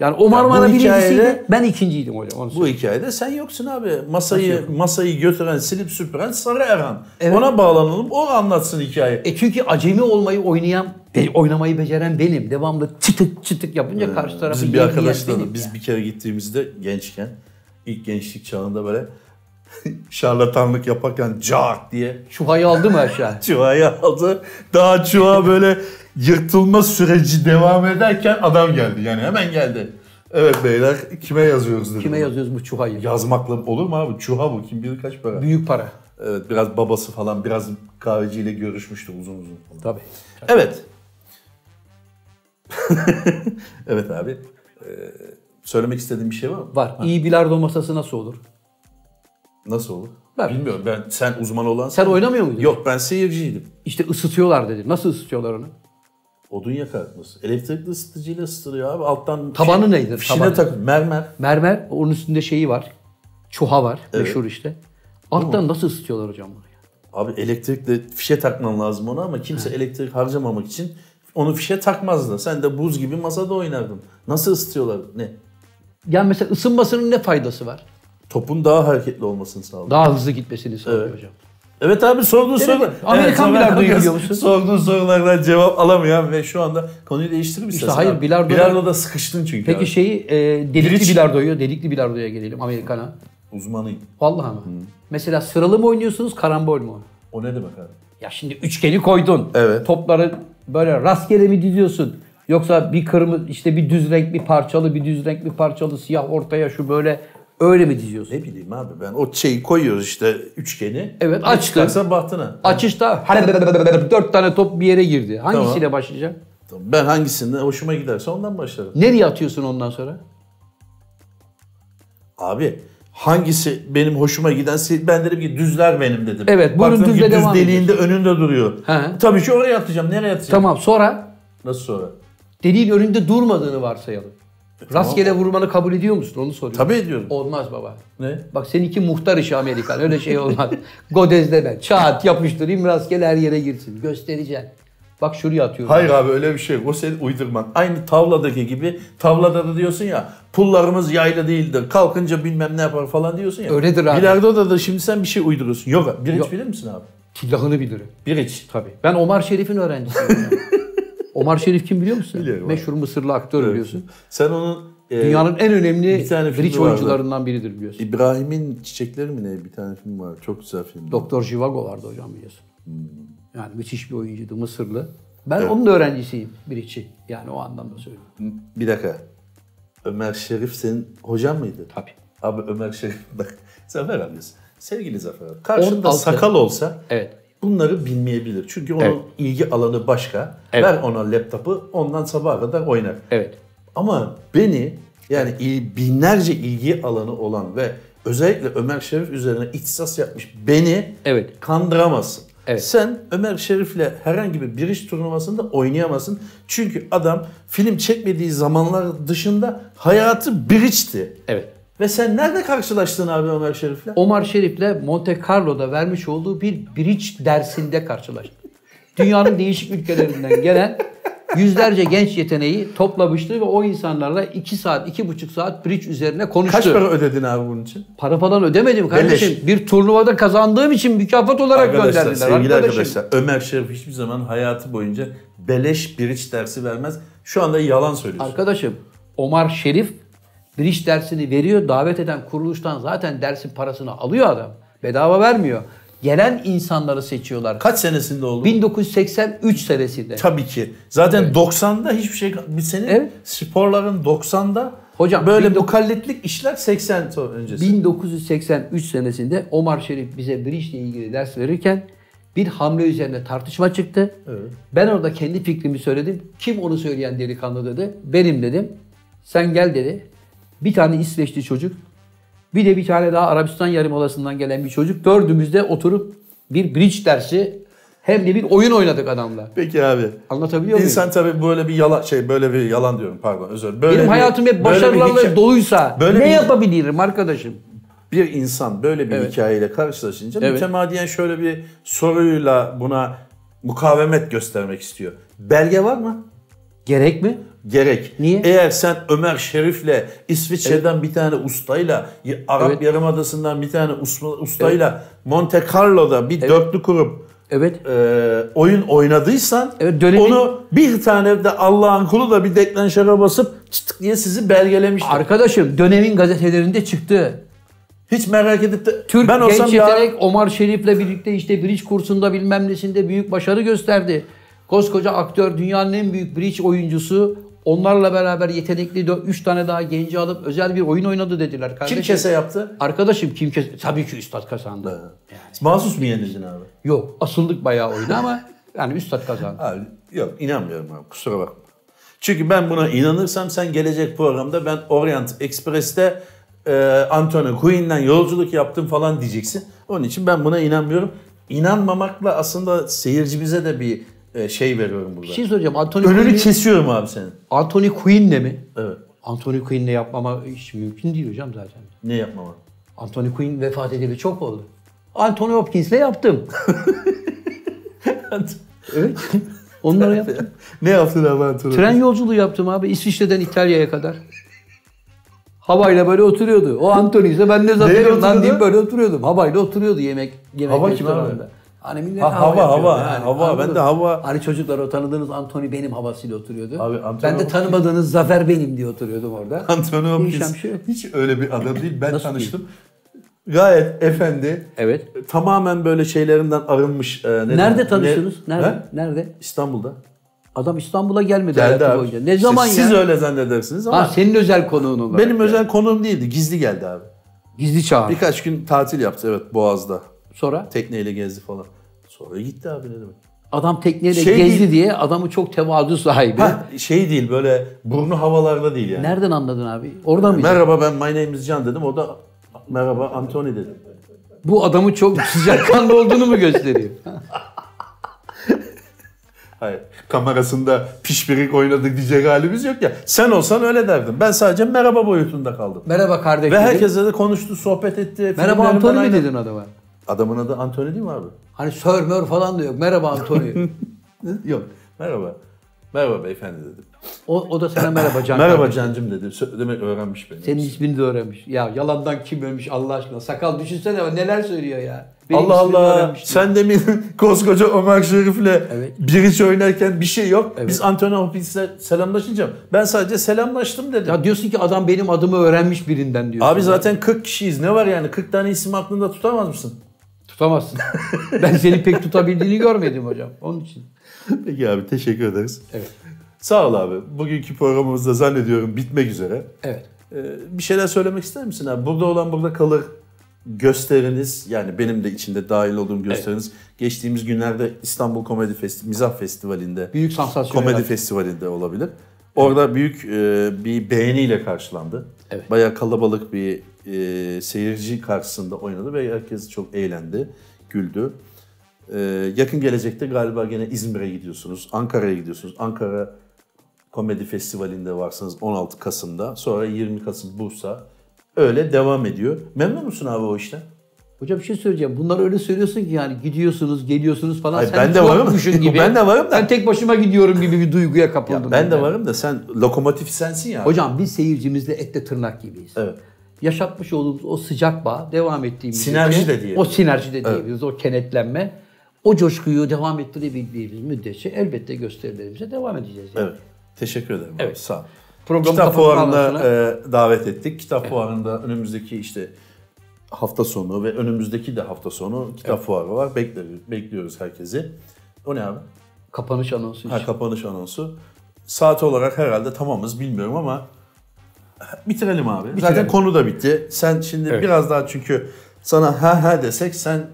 D: Yani o Marmara
B: bu hikayede-
D: birincisiydi. Ben ikinciydim hocam. Onu
B: Bu
D: söyleyeyim.
B: hikayede sen yoksun abi. Masayı masayı götüren, silip süpüren Sarı Erhan.
D: Evet.
B: Ona bağlanalım. O anlatsın hikayeyi.
D: E çünkü acemi olmayı oynayan, be- oynamayı beceren benim. Devamlı çıtık çıtık yapınca karşı tarafı
B: Ee, Bizim bir
D: yiyen yiyen
B: arkadaşlarla
D: benim
B: biz
D: yani.
B: bir kere gittiğimizde gençken ilk gençlik çağında böyle şarlatanlık yaparken cart diye
D: Çuvayı aldı mı aşağı?
B: çuvayı aldı. Daha çuva böyle yırtılma süreci devam ederken adam geldi. Yani hemen geldi. Evet beyler kime yazıyoruz dedim.
D: Kime yazıyoruz bu çuvayı?
B: Yazmakla olur mu abi? Çuha bu. Kim bilir kaç para.
D: Büyük para.
B: Evet biraz babası falan biraz kahveciyle görüşmüştü uzun uzun. falan.
D: Tabii.
B: Evet. evet abi. Ee, söylemek istediğin bir şey var mı?
D: Var. İyi bilardo masası nasıl olur?
B: Nasıl olur?
D: Var.
B: Bilmiyorum ben sen uzman olan
D: Sen oynamıyor muydun?
B: Yok ben seyirciydim.
D: İşte ısıtıyorlar dedi. Nasıl ısıtıyorlar onu?
B: Odun yakartması. Elektrikli ısıtıcıyla ısıtılıyor abi. Alttan
D: Tabanı
B: fişine-
D: neydi?
B: Fişine
D: Tabanı.
B: tak mermer.
D: Mermer, onun üstünde şeyi var. Çuha var, meşhur işte. Alttan nasıl ısıtıyorlar hocam bunu? ya?
B: Abi elektrikle fişe takman lazım ona ama kimse elektrik harcamamak için onu fişe takmazdı. Sen de buz gibi masada oynardın. Nasıl ısıtıyorlar? Ne?
D: Yani mesela ısınmasının ne faydası var?
B: Topun daha hareketli olmasını sağlıyor.
D: Daha hızlı gitmesini sağlıyor hocam.
B: Evet abi sorduğun sorular.
D: Amerikan
B: sonra
D: bilardoyu
B: herkes
D: biliyor musun?
B: Sorduğun sorulardan cevap alamayan ve şu anda konuyu değiştirir misin?
D: İşte hayır, bilardoda-
B: Bilardo'da sıkıştın çünkü.
D: Peki
B: abi.
D: şeyi e, delikli
B: Bridge.
D: bilardoyu, delikli bilardoya gelelim Amerikan'a.
B: Uzmanıyım.
D: Vallahi mı? Mesela sıralı mı oynuyorsunuz, karambol mu?
B: O ne demek abi?
D: Ya şimdi üçgeni koydun.
B: Evet.
D: Topları böyle rastgele mi diziyorsun? Yoksa bir kırmızı işte bir düz renk bir parçalı, bir düz renk bir parçalı, siyah ortaya şu böyle öyle mi diziyorsun?
B: Ne bileyim abi ben o şeyi koyuyoruz işte üçgeni.
D: Evet,
B: Ne
D: açtın.
B: Çıkarsa bahtına.
D: Açışta dört tane top bir yere girdi. Hangisiyle başlayacağım?
B: Tamam, Ben hangisinden hoşuma giderse ondan başlarım.
D: Nereye atıyorsun ondan sonra?
B: Abi hangisi benim hoşuma gidense ben dedim ki düzler benim dedim.
D: Evet, buyurun
B: Baktım ki
D: düzle devam
B: Düz deliğinde önünde duruyor.
D: He.
B: Tabii ki oraya atacağım. Nereye atacağım?
D: Tamam sonra
B: Nasıl sonra?
D: deliğin önünde durmadığını varsayalım. Rastgele vurmanı kabul ediyor musun? Onu soruyorum.
B: Tabii ediyorum.
D: Olmaz baba.
B: Ne?
D: Bak seninki muhtar işi Amerikan. Öyle şey olmaz. Godezleme. Çat yapıştırayım rastgele her yere girsin. Göstereceksin. Bak şuraya atıyorum.
B: Hayır abi öyle bir şey yok. O senin uydurman. Aynı tavladaki gibi tavlada da diyorsun ya pullarımız yaylı değildir. Kalkınca bilmem ne yapar falan diyorsun ya.
D: Öyledir abi.
B: Bilardo'da da şimdi sen bir şey uyduruyorsun. Yok. Bir hiç bilir misin abi?
D: Tillahını bilirim.
B: Bir hiç.
D: Tabii. Ben Omar Şerif'in öğrencisiyim. ya. Omar Şerif kim biliyor musun?
B: Biliyorum abi.
D: Meşhur Mısırlı aktör biliyorsun.
B: Sen onun e,
D: Dünyanın en önemli
B: bir tane filmi
D: bridge
B: vardı.
D: oyuncularından biridir biliyorsun.
B: İbrahim'in Çiçekleri mi ne? Bir tane film var. Çok güzel film.
D: Doktor Jivago vardı hocam biliyorsun.
B: Hmm.
D: Yani müthiş bir oyuncuydu Mısırlı. Ben onun da öğrencisiyim bridge'i. Yani o anlamda söylüyorum.
B: Bir dakika. Ömer Şerif senin hocan mıydı?
D: Tabii.
B: Abi Ömer Şerif bak. Zafer abi. Sevgili Zafer abi. Karşında
D: 16.
B: sakal olsa
D: Evet.
B: Bunları bilmeyebilir. Çünkü onun
D: Evet.
B: ilgi alanı başka.
D: Evet.
B: Ver ona laptopu ondan sabaha kadar oynar.
D: Evet.
B: Ama beni yani il- binlerce ilgi alanı olan ve özellikle Ömer Şerif üzerine ihtisas yapmış beni
D: Evet.
B: kandıramazsın.
D: Evet.
B: Sen Ömer Şerif'le herhangi bir bir iş turnuvasında oynayamazsın. Çünkü adam film çekmediği zamanlar dışında hayatı bir içti.
D: Evet.
B: Ve sen nerede karşılaştın abi Ömer Şerif'le?
D: Omar Şerif'le Monte Carlo'da vermiş olduğu bir bridge dersinde karşılaştık. Dünyanın değişik ülkelerinden gelen yüzlerce genç yeteneği toplamıştı ve o insanlarla 2 saat, iki buçuk saat bridge üzerine konuştu.
B: Kaç para ödedin abi bunun için?
D: Para falan ödemedim kardeşim. Bir turnuvada kazandığım için mükafat olarak
B: Arkadaşlar,
D: gönderdiler.
B: sevgili
D: arkadaşım.
B: arkadaşlar, Ömer Şerif hiçbir zaman hayatı boyunca beleş biriç dersi vermez. Şu anda yalan söylüyorsun.
D: Arkadaşım Omar Şerif bridge dersini veriyor. Davet eden kuruluştan zaten dersin parasını alıyor adam. Bedava vermiyor. Gelen insanları seçiyorlar.
B: Kaç senesinde oldu?
D: 1983 senesinde.
B: Tabii ki. Zaten 90'da hiçbir şey bir senin
D: Evet.
B: sporların 90'da
D: Hocam,
B: böyle
D: 19
B: mukalletlik işler 80 to- öncesi.
D: 1983 senesinde Omar Şerif bize bridge ile ilgili ders verirken bir hamle üzerine tartışma çıktı. Ben orada kendi fikrimi söyledim. Kim onu söyleyen delikanlı dedi. Benim dedim. Sen gel dedi. Bir tane İsveçli çocuk. Bir de bir tane daha Arabistan Yarımadası'ndan gelen bir çocuk. Dördümüz de oturup bir bridge dersi hem de bir oyun oynadık adamla.
B: Peki abi.
D: Anlatabiliyor muyum?
B: İnsan tabii böyle bir yalan şey böyle bir yalan diyorum pardon özür. dilerim. Böyle
D: Benim
B: bir-
D: hayatım hep
B: böyle bir hikaye-
D: başarılarla doluysa
B: böyle
D: ne
B: bir-
D: yapabilirim arkadaşım?
B: bir insan böyle bir hikayeyle karşılaşınca
D: Evet.
B: mütemadiyen şöyle bir soruyla buna mukavemet göstermek istiyor. Belge var mı?
D: Gerek mi?
B: Gerek.
D: Niye?
B: Eğer sen Ömer Şerif'le İsviçre'den bir tane ustayla, y- Arap
D: Evet.
B: Yarımadası'ndan bir tane usma- ustayla Monte Carlo'da bir dörtlü kurup
D: Evet.
B: e, oyun oynadıysan
D: Evet, dönemin-
B: onu bir tane de Allah'ın kulu da bir deklanşöre basıp çıtık diye sizi belgelemiştir.
D: Arkadaşım dönemin gazetelerinde çıktı.
B: Hiç merak edip de
D: Türk
B: ben olsam
D: genç
B: ya-
D: yetenek Omar Şerif'le birlikte işte bridge kursunda bilmem nesinde büyük başarı gösterdi. Koskoca aktör dünyanın en büyük bridge oyuncusu. Onlarla beraber yetenekli 3 tane daha genci alıp özel bir oyun oynadı dediler kardeşim.
B: kim kese yaptı?
D: Arkadaşım kim kese? Tabii ki üstad kazandı.
B: Mahsus mu yenildin abi?
D: Yok asıldık bayağı oyuna ama yani üstad kazandı.
B: Abi yok inanmıyorum abi kusura bakma. Çünkü ben buna inanırsam sen gelecek programda ben Orient Express'te e, Antonio Quinn'den yolculuk yaptım falan diyeceksin. Onun için ben buna inanmıyorum. İnanmamakla aslında seyircimize de bir e, şey veriyorum burada.
D: Bir şey soracağım. Anthony
B: Önünü
D: Quinn'i-
B: kesiyorum abi senin.
D: Anthony Quinn'le mi?
B: Evet.
D: Anthony Quinn'le yapmama hiç mümkün değil hocam zaten.
B: Ne yapmama?
D: Anthony Quinn vefat edeli çok oldu. Anthony Hopkins'le yaptım. evet. Onlara yaptım.
B: ne yaptın abi Antonio?
D: Tren yolculuğu yaptım abi İsviçre'den İtalya'ya kadar. Havayla böyle oturuyordu. O Anthony ise ben de zaten lan
B: oturuyordu?
D: deyip böyle oturuyordum. Havayla oturuyordu yemek yemek
B: Hava kim
D: restoranında.
B: abi?
D: Hani millet
B: Ha, hava,
D: yapıyordu
B: hava, hava. Ben
D: anladın
B: de
D: mı?
B: hava-
D: Hani çocuklar o tanıdığınız Anthony benim havasıyla oturuyordu.
B: Abi Anthony
D: ben de
B: Hopkins-
D: tanımadığınız Zafer benim diye oturuyordum orada.
B: Antonio
D: Değişen
B: Hopkins.
D: bir şey yok.
B: Hiç öyle bir adam değil. Ben
D: Nasıl
B: tanıştım. Gayet efendi.
D: Evet.
B: Tamamen böyle şeylerinden arınmış. e, ne
D: Nerede
B: demek?
D: tanıştınız?
B: Ne-
D: Nerede?
B: He?
D: Nerede?
B: İstanbul'da.
D: Adam İstanbul'a gelmedi
B: Geldi
D: hayatı
B: abi.
D: boyunca. Ne zaman Ah,
B: siz,
D: ya?
B: Siz öyle zannedersiniz ama
D: Ha senin özel konuğun olarak.
B: benim özel konuğum değildi. Gizli geldi abi.
D: Gizli çağrı.
B: Birkaç gün tatil yaptı evet Boğaz'da.
D: Sonra
B: Tekneyle gezdi falan. Sonra gitti abi ne demek.
D: adam tekneyle
B: Şey
D: gezdi
B: değil-
D: diye adamı çok tevazu sahibi.
B: Ha, şey değil böyle burnu havalarda değil yani.
D: Nereden anladın abi? Oradan mı?
B: Merhaba ben my name is Can dedim. O da merhaba Antony dedim.
D: Bu adamın çok sıcakkanlı olduğunu mu gösteriyor?
B: Hayır. Kamerasında pişpirik oynadık diyecek halimiz yok ya. Sen olsan öyle derdin. Ben sadece merhaba boyutunda kaldım.
D: Merhaba kardeş.
B: Ve
D: dedi.
B: herkese de konuştu, sohbet etti.
D: Merhaba
B: Filmlerinden
D: Antonio mu
B: aynı-
D: dedin adama?
B: Adamın adı Antony değil mi abi?
D: Hani Sir Mör falan da yok. Merhaba Antonio.
B: Yok. Merhaba. Merhaba beyefendi dedim.
D: o, o da sana merhaba Can.
B: merhaba
D: kardeş.
B: Cancım dedim. Sö- Demek öğrenmiş beni.
D: Senin ismini de öğrenmiş. Ya yalandan kim ölmüş Allah aşkına. Sakal düşünsene neler söylüyor ya. Benim
B: Allah
D: ismimi
B: Allah.
D: öğrenmiş diyor.
B: Sen de miydin koskoca Ömer Şerif'le
D: Evet.
B: bir iş oynarken bir şey yok.
D: Evet.
B: Biz Anthony Hopkins'le selamlaşınca ben sadece selamlaştım dedim.
D: Ya diyorsun ki adam benim adımı öğrenmiş birinden diyorsun.
B: Abi zaten 40 kişiyiz. Ne var yani? 40 tane isim aklında tutamaz mısın?
D: Tutamazsın. ben seni pek tutabildiğini görmedim hocam. Onun için.
B: Peki abi teşekkür ederiz.
D: Evet.
B: Sağ ol abi. Bugünkü programımız da zannediyorum bitmek üzere.
D: Evet.
B: Ee, bir şeyler söylemek ister misin abi? Burada olan burada kalır gösteriniz yani benim de içinde dahil olduğum gösteriniz. Geçtiğimiz günlerde İstanbul Komedi Festi Mizah Festivali'nde
D: Büyük sansasyon.
B: Komedi
D: yarattı.
B: Festivali'nde olabilir. Orada büyük e, bir beğeniyle karşılandı.
D: Evet.
B: Bayağı kalabalık bir e, seyirci karşısında oynadı ve herkes çok eğlendi, güldü. E, yakın gelecekte galiba gene İzmir'e gidiyorsunuz, Ankara'ya gidiyorsunuz. Ankara Komedi Festivali'nde varsınız 16 Kasım'da. Sonra 20 Kasım Bursa. Öyle devam ediyor. Memnun musun abi o işten?
D: Hocam bir şey söyleyeceğim. Bunları öyle söylüyorsun ki yani gidiyorsunuz, geliyorsunuz falan.
B: Hayır,
D: Sen
B: ben de
D: hiç
B: varım.
D: yokmuşsun gibi.
B: Ben de varım da.
D: Ben tek başıma gidiyorum gibi bir duyguya kapıldım.
B: Ya ben de varım da sen lokomotif sensin ya.
D: Hocam biz seyircimizle ette tırnak gibiyiz.
B: Evet.
D: Yaşatmış olduğumuz o sıcak bağ devam ettiğimiz
B: Sinerji
D: için-
B: de diyelim.
D: O sinerji de diyebiliriz. O kenetlenme. O coşkuyu devam ettirebildiğimiz müddetçe elbette gösterilerimize devam edeceğiz. yani.
B: Evet. Teşekkür ederim. abi,
D: Evet.
B: Sağ ol.
D: Programı
B: Kitap
D: kapatma
B: fuarına
D: anonsuna-
B: e, davet ettik. Kitap fuarında önümüzdeki işte hafta sonu ve önümüzdeki de hafta sonu kitap fuarı var. Bekliyoruz, bekliyoruz herkesi. O ne abi?
D: Kapanış anonsu için.
B: Ha, kapanış anonsu. Saat olarak herhalde tamamız bilmiyorum ama bitirelim abi. Zaten konu da bitti. Sen şimdi biraz daha çünkü sana ha ha desek sen e,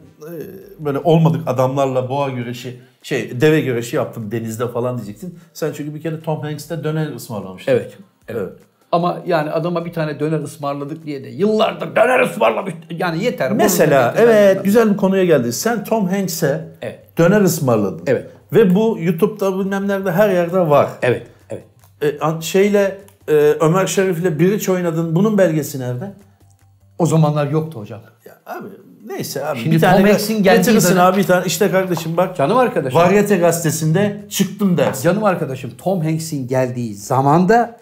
B: böyle olmadık adamlarla boğa güreşi şey deve güreşi yaptım denizde falan diyecektin. Sen çünkü bir kere Tom Hanks'te döner ısmarlamıştın.
D: Evet,
B: Evet.
D: Ama yani adama bir tane döner ısmarladık diye de yıllardır döner ısmarlamış. Yani yeter. Bunu
B: Mesela
D: demek ki ben-
B: evet güzel bir konuya geldi. Sen Tom Hanks'e
D: Evet.
B: döner ısmarladın.
D: Evet.
B: Ve bu YouTube'da bilmem nerede her yerde var.
D: Evet, evet.
B: E, an- şeyle e, Ömer Şerif'le Bridge oynadın. Bunun belgesi nerede?
D: O zamanlar yoktu hocam.
B: Ya abi neyse abi.
D: Şimdi Tom Hanks'in geldiği
B: getirirsin
D: dönem-
B: abi bir tane. İşte kardeşim bak.
D: Canım arkadaşım.
B: Varyete gazetesinde çıktım dersin.
D: Canım arkadaşım Tom Hanks'in geldiği zamanda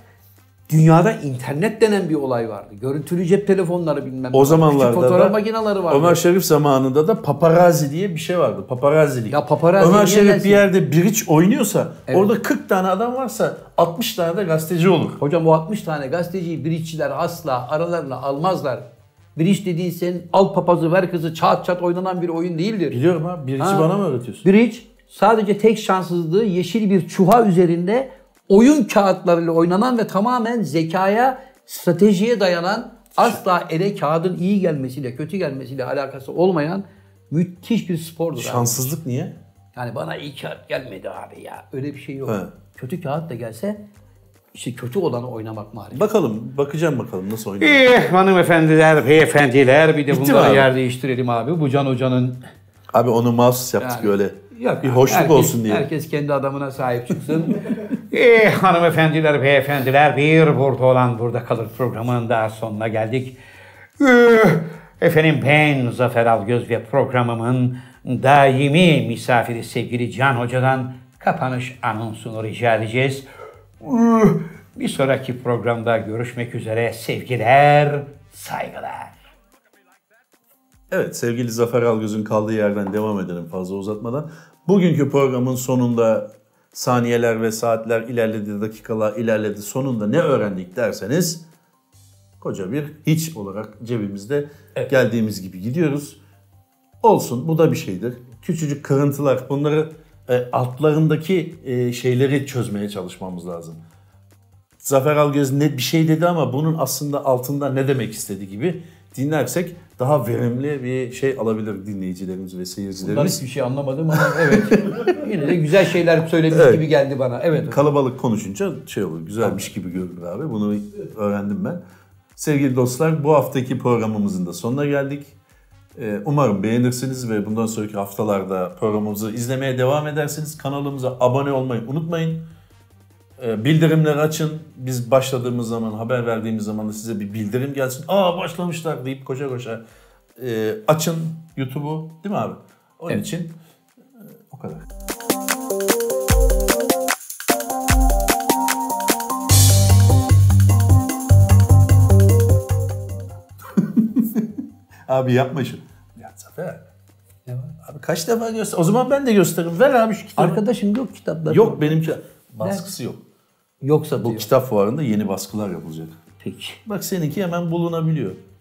D: dünyada internet denen bir olay vardı. Görüntülü cep telefonları bilmem.
B: O
D: ne.
B: zamanlarda
D: Küçük fotoğraf
B: da
D: makineleri vardı.
B: Ömer Şerif zamanında da paparazzi diye bir şey vardı. Paparazilik.
D: Ya paparazzi
B: Ömer
D: niye
B: Şerif
D: gelsin?
B: bir yerde bridge oynuyorsa orada 40 tane adam varsa 60 tane de gazeteci olur.
D: Hocam o 60 tane gazeteciyi biricçiler asla aralarına almazlar. Bir iş dediğin senin al papazı ver kızı çat çat oynanan bir oyun değildir.
B: Biliyorum abi. Bridge'i
D: Ha.
B: bana mı öğretiyorsun?
D: Bridge sadece tek şanssızlığı yeşil bir çuha üzerinde oyun kağıtlarıyla oynanan ve tamamen zekaya, stratejiye dayanan asla ele kağıdın iyi gelmesiyle, kötü gelmesiyle alakası olmayan müthiş bir spordur. abi.
B: Şanssızlık niye?
D: Yani bana iyi kağıt gelmedi abi ya. Öyle bir şey yok.
B: He.
D: Kötü kağıt da gelse işte kötü olanı oynamak marifet.
B: Bakalım. Bakacağım bakalım nasıl oynuyor.
E: Eh hanımefendiler, beyefendiler bir de
B: Bitti mi
E: bunları
B: abi?
E: yer değiştirelim abi. Bu Can Hoca'nın
B: Abi onu mahsus yaptık
D: Yani-
B: öyle.
D: Yok
B: bir
D: abi,
B: hoşluk
D: herkes-
B: olsun diye.
D: Herkes kendi adamına sahip çıksın.
E: Eh hanımefendiler, beyefendiler bir burada olan burada kalır programının daha sonuna geldik. Eh, efendim ben Zafer Algöz ve programımın daimi misafiri sevgili Can Hoca'dan kapanış anonsunu rica edeceğiz. Eh, bir sonraki programda görüşmek üzere sevgiler, saygılar.
B: Evet sevgili Zafer Algöz'ün kaldığı yerden devam edelim fazla uzatmadan. Bugünkü programın sonunda saniyeler ve saatler ilerledi, dakikalar ilerledi. Sonunda ne öğrendik derseniz koca bir hiç olarak cebimizde geldiğimiz gibi gidiyoruz. Olsun bu da bir şeydir. Küçücük kırıntılar bunları e, altlarındaki e, şeyleri çözmeye çalışmamız lazım. Zafer Algöz ne bir şey dedi ama bunun aslında altında ne demek istediği gibi dinlersek daha verimli bir şey alabilir dinleyicilerimiz ve
D: Ben
B: seyircilerimiz.
D: hiçbir şey anlamadım ama evet. Yine de güzel şeyler söylemiş gibi geldi bana. Evet.
B: Kalabalık konuşunca şey olur, güzelmiş gibi görünür abi. Bunu öğrendim ben. Sevgili dostlar bu haftaki programımızın da sonuna geldik. Ee, Umarım beğenirsiniz ve bundan sonraki haftalarda programımızı izlemeye devam edersiniz. Kanalımıza abone olmayı unutmayın. Ee, Bildirimleri açın. Biz başladığımız zaman, haber verdiğimiz zaman da size bir bildirim gelsin. Aa başlamışlar deyip koşa koşa e, açın YouTube'u değil mi abi? Onun için e, o kadar. Abi yapma şunu. Ya Zafer.
D: Ne var?
B: Abi kaç defa göster? O zaman ben de gösteririm. Ver abi şu kitabı.
D: Arkadaşım yok kitaplar.
B: Yok benimki. Baskısı yok.
D: Yoksa
B: Bu
D: diyor.
B: kitap fuarında yeni baskılar yapılacak.
D: Peki.
B: Bak seninki hemen bulunabiliyor.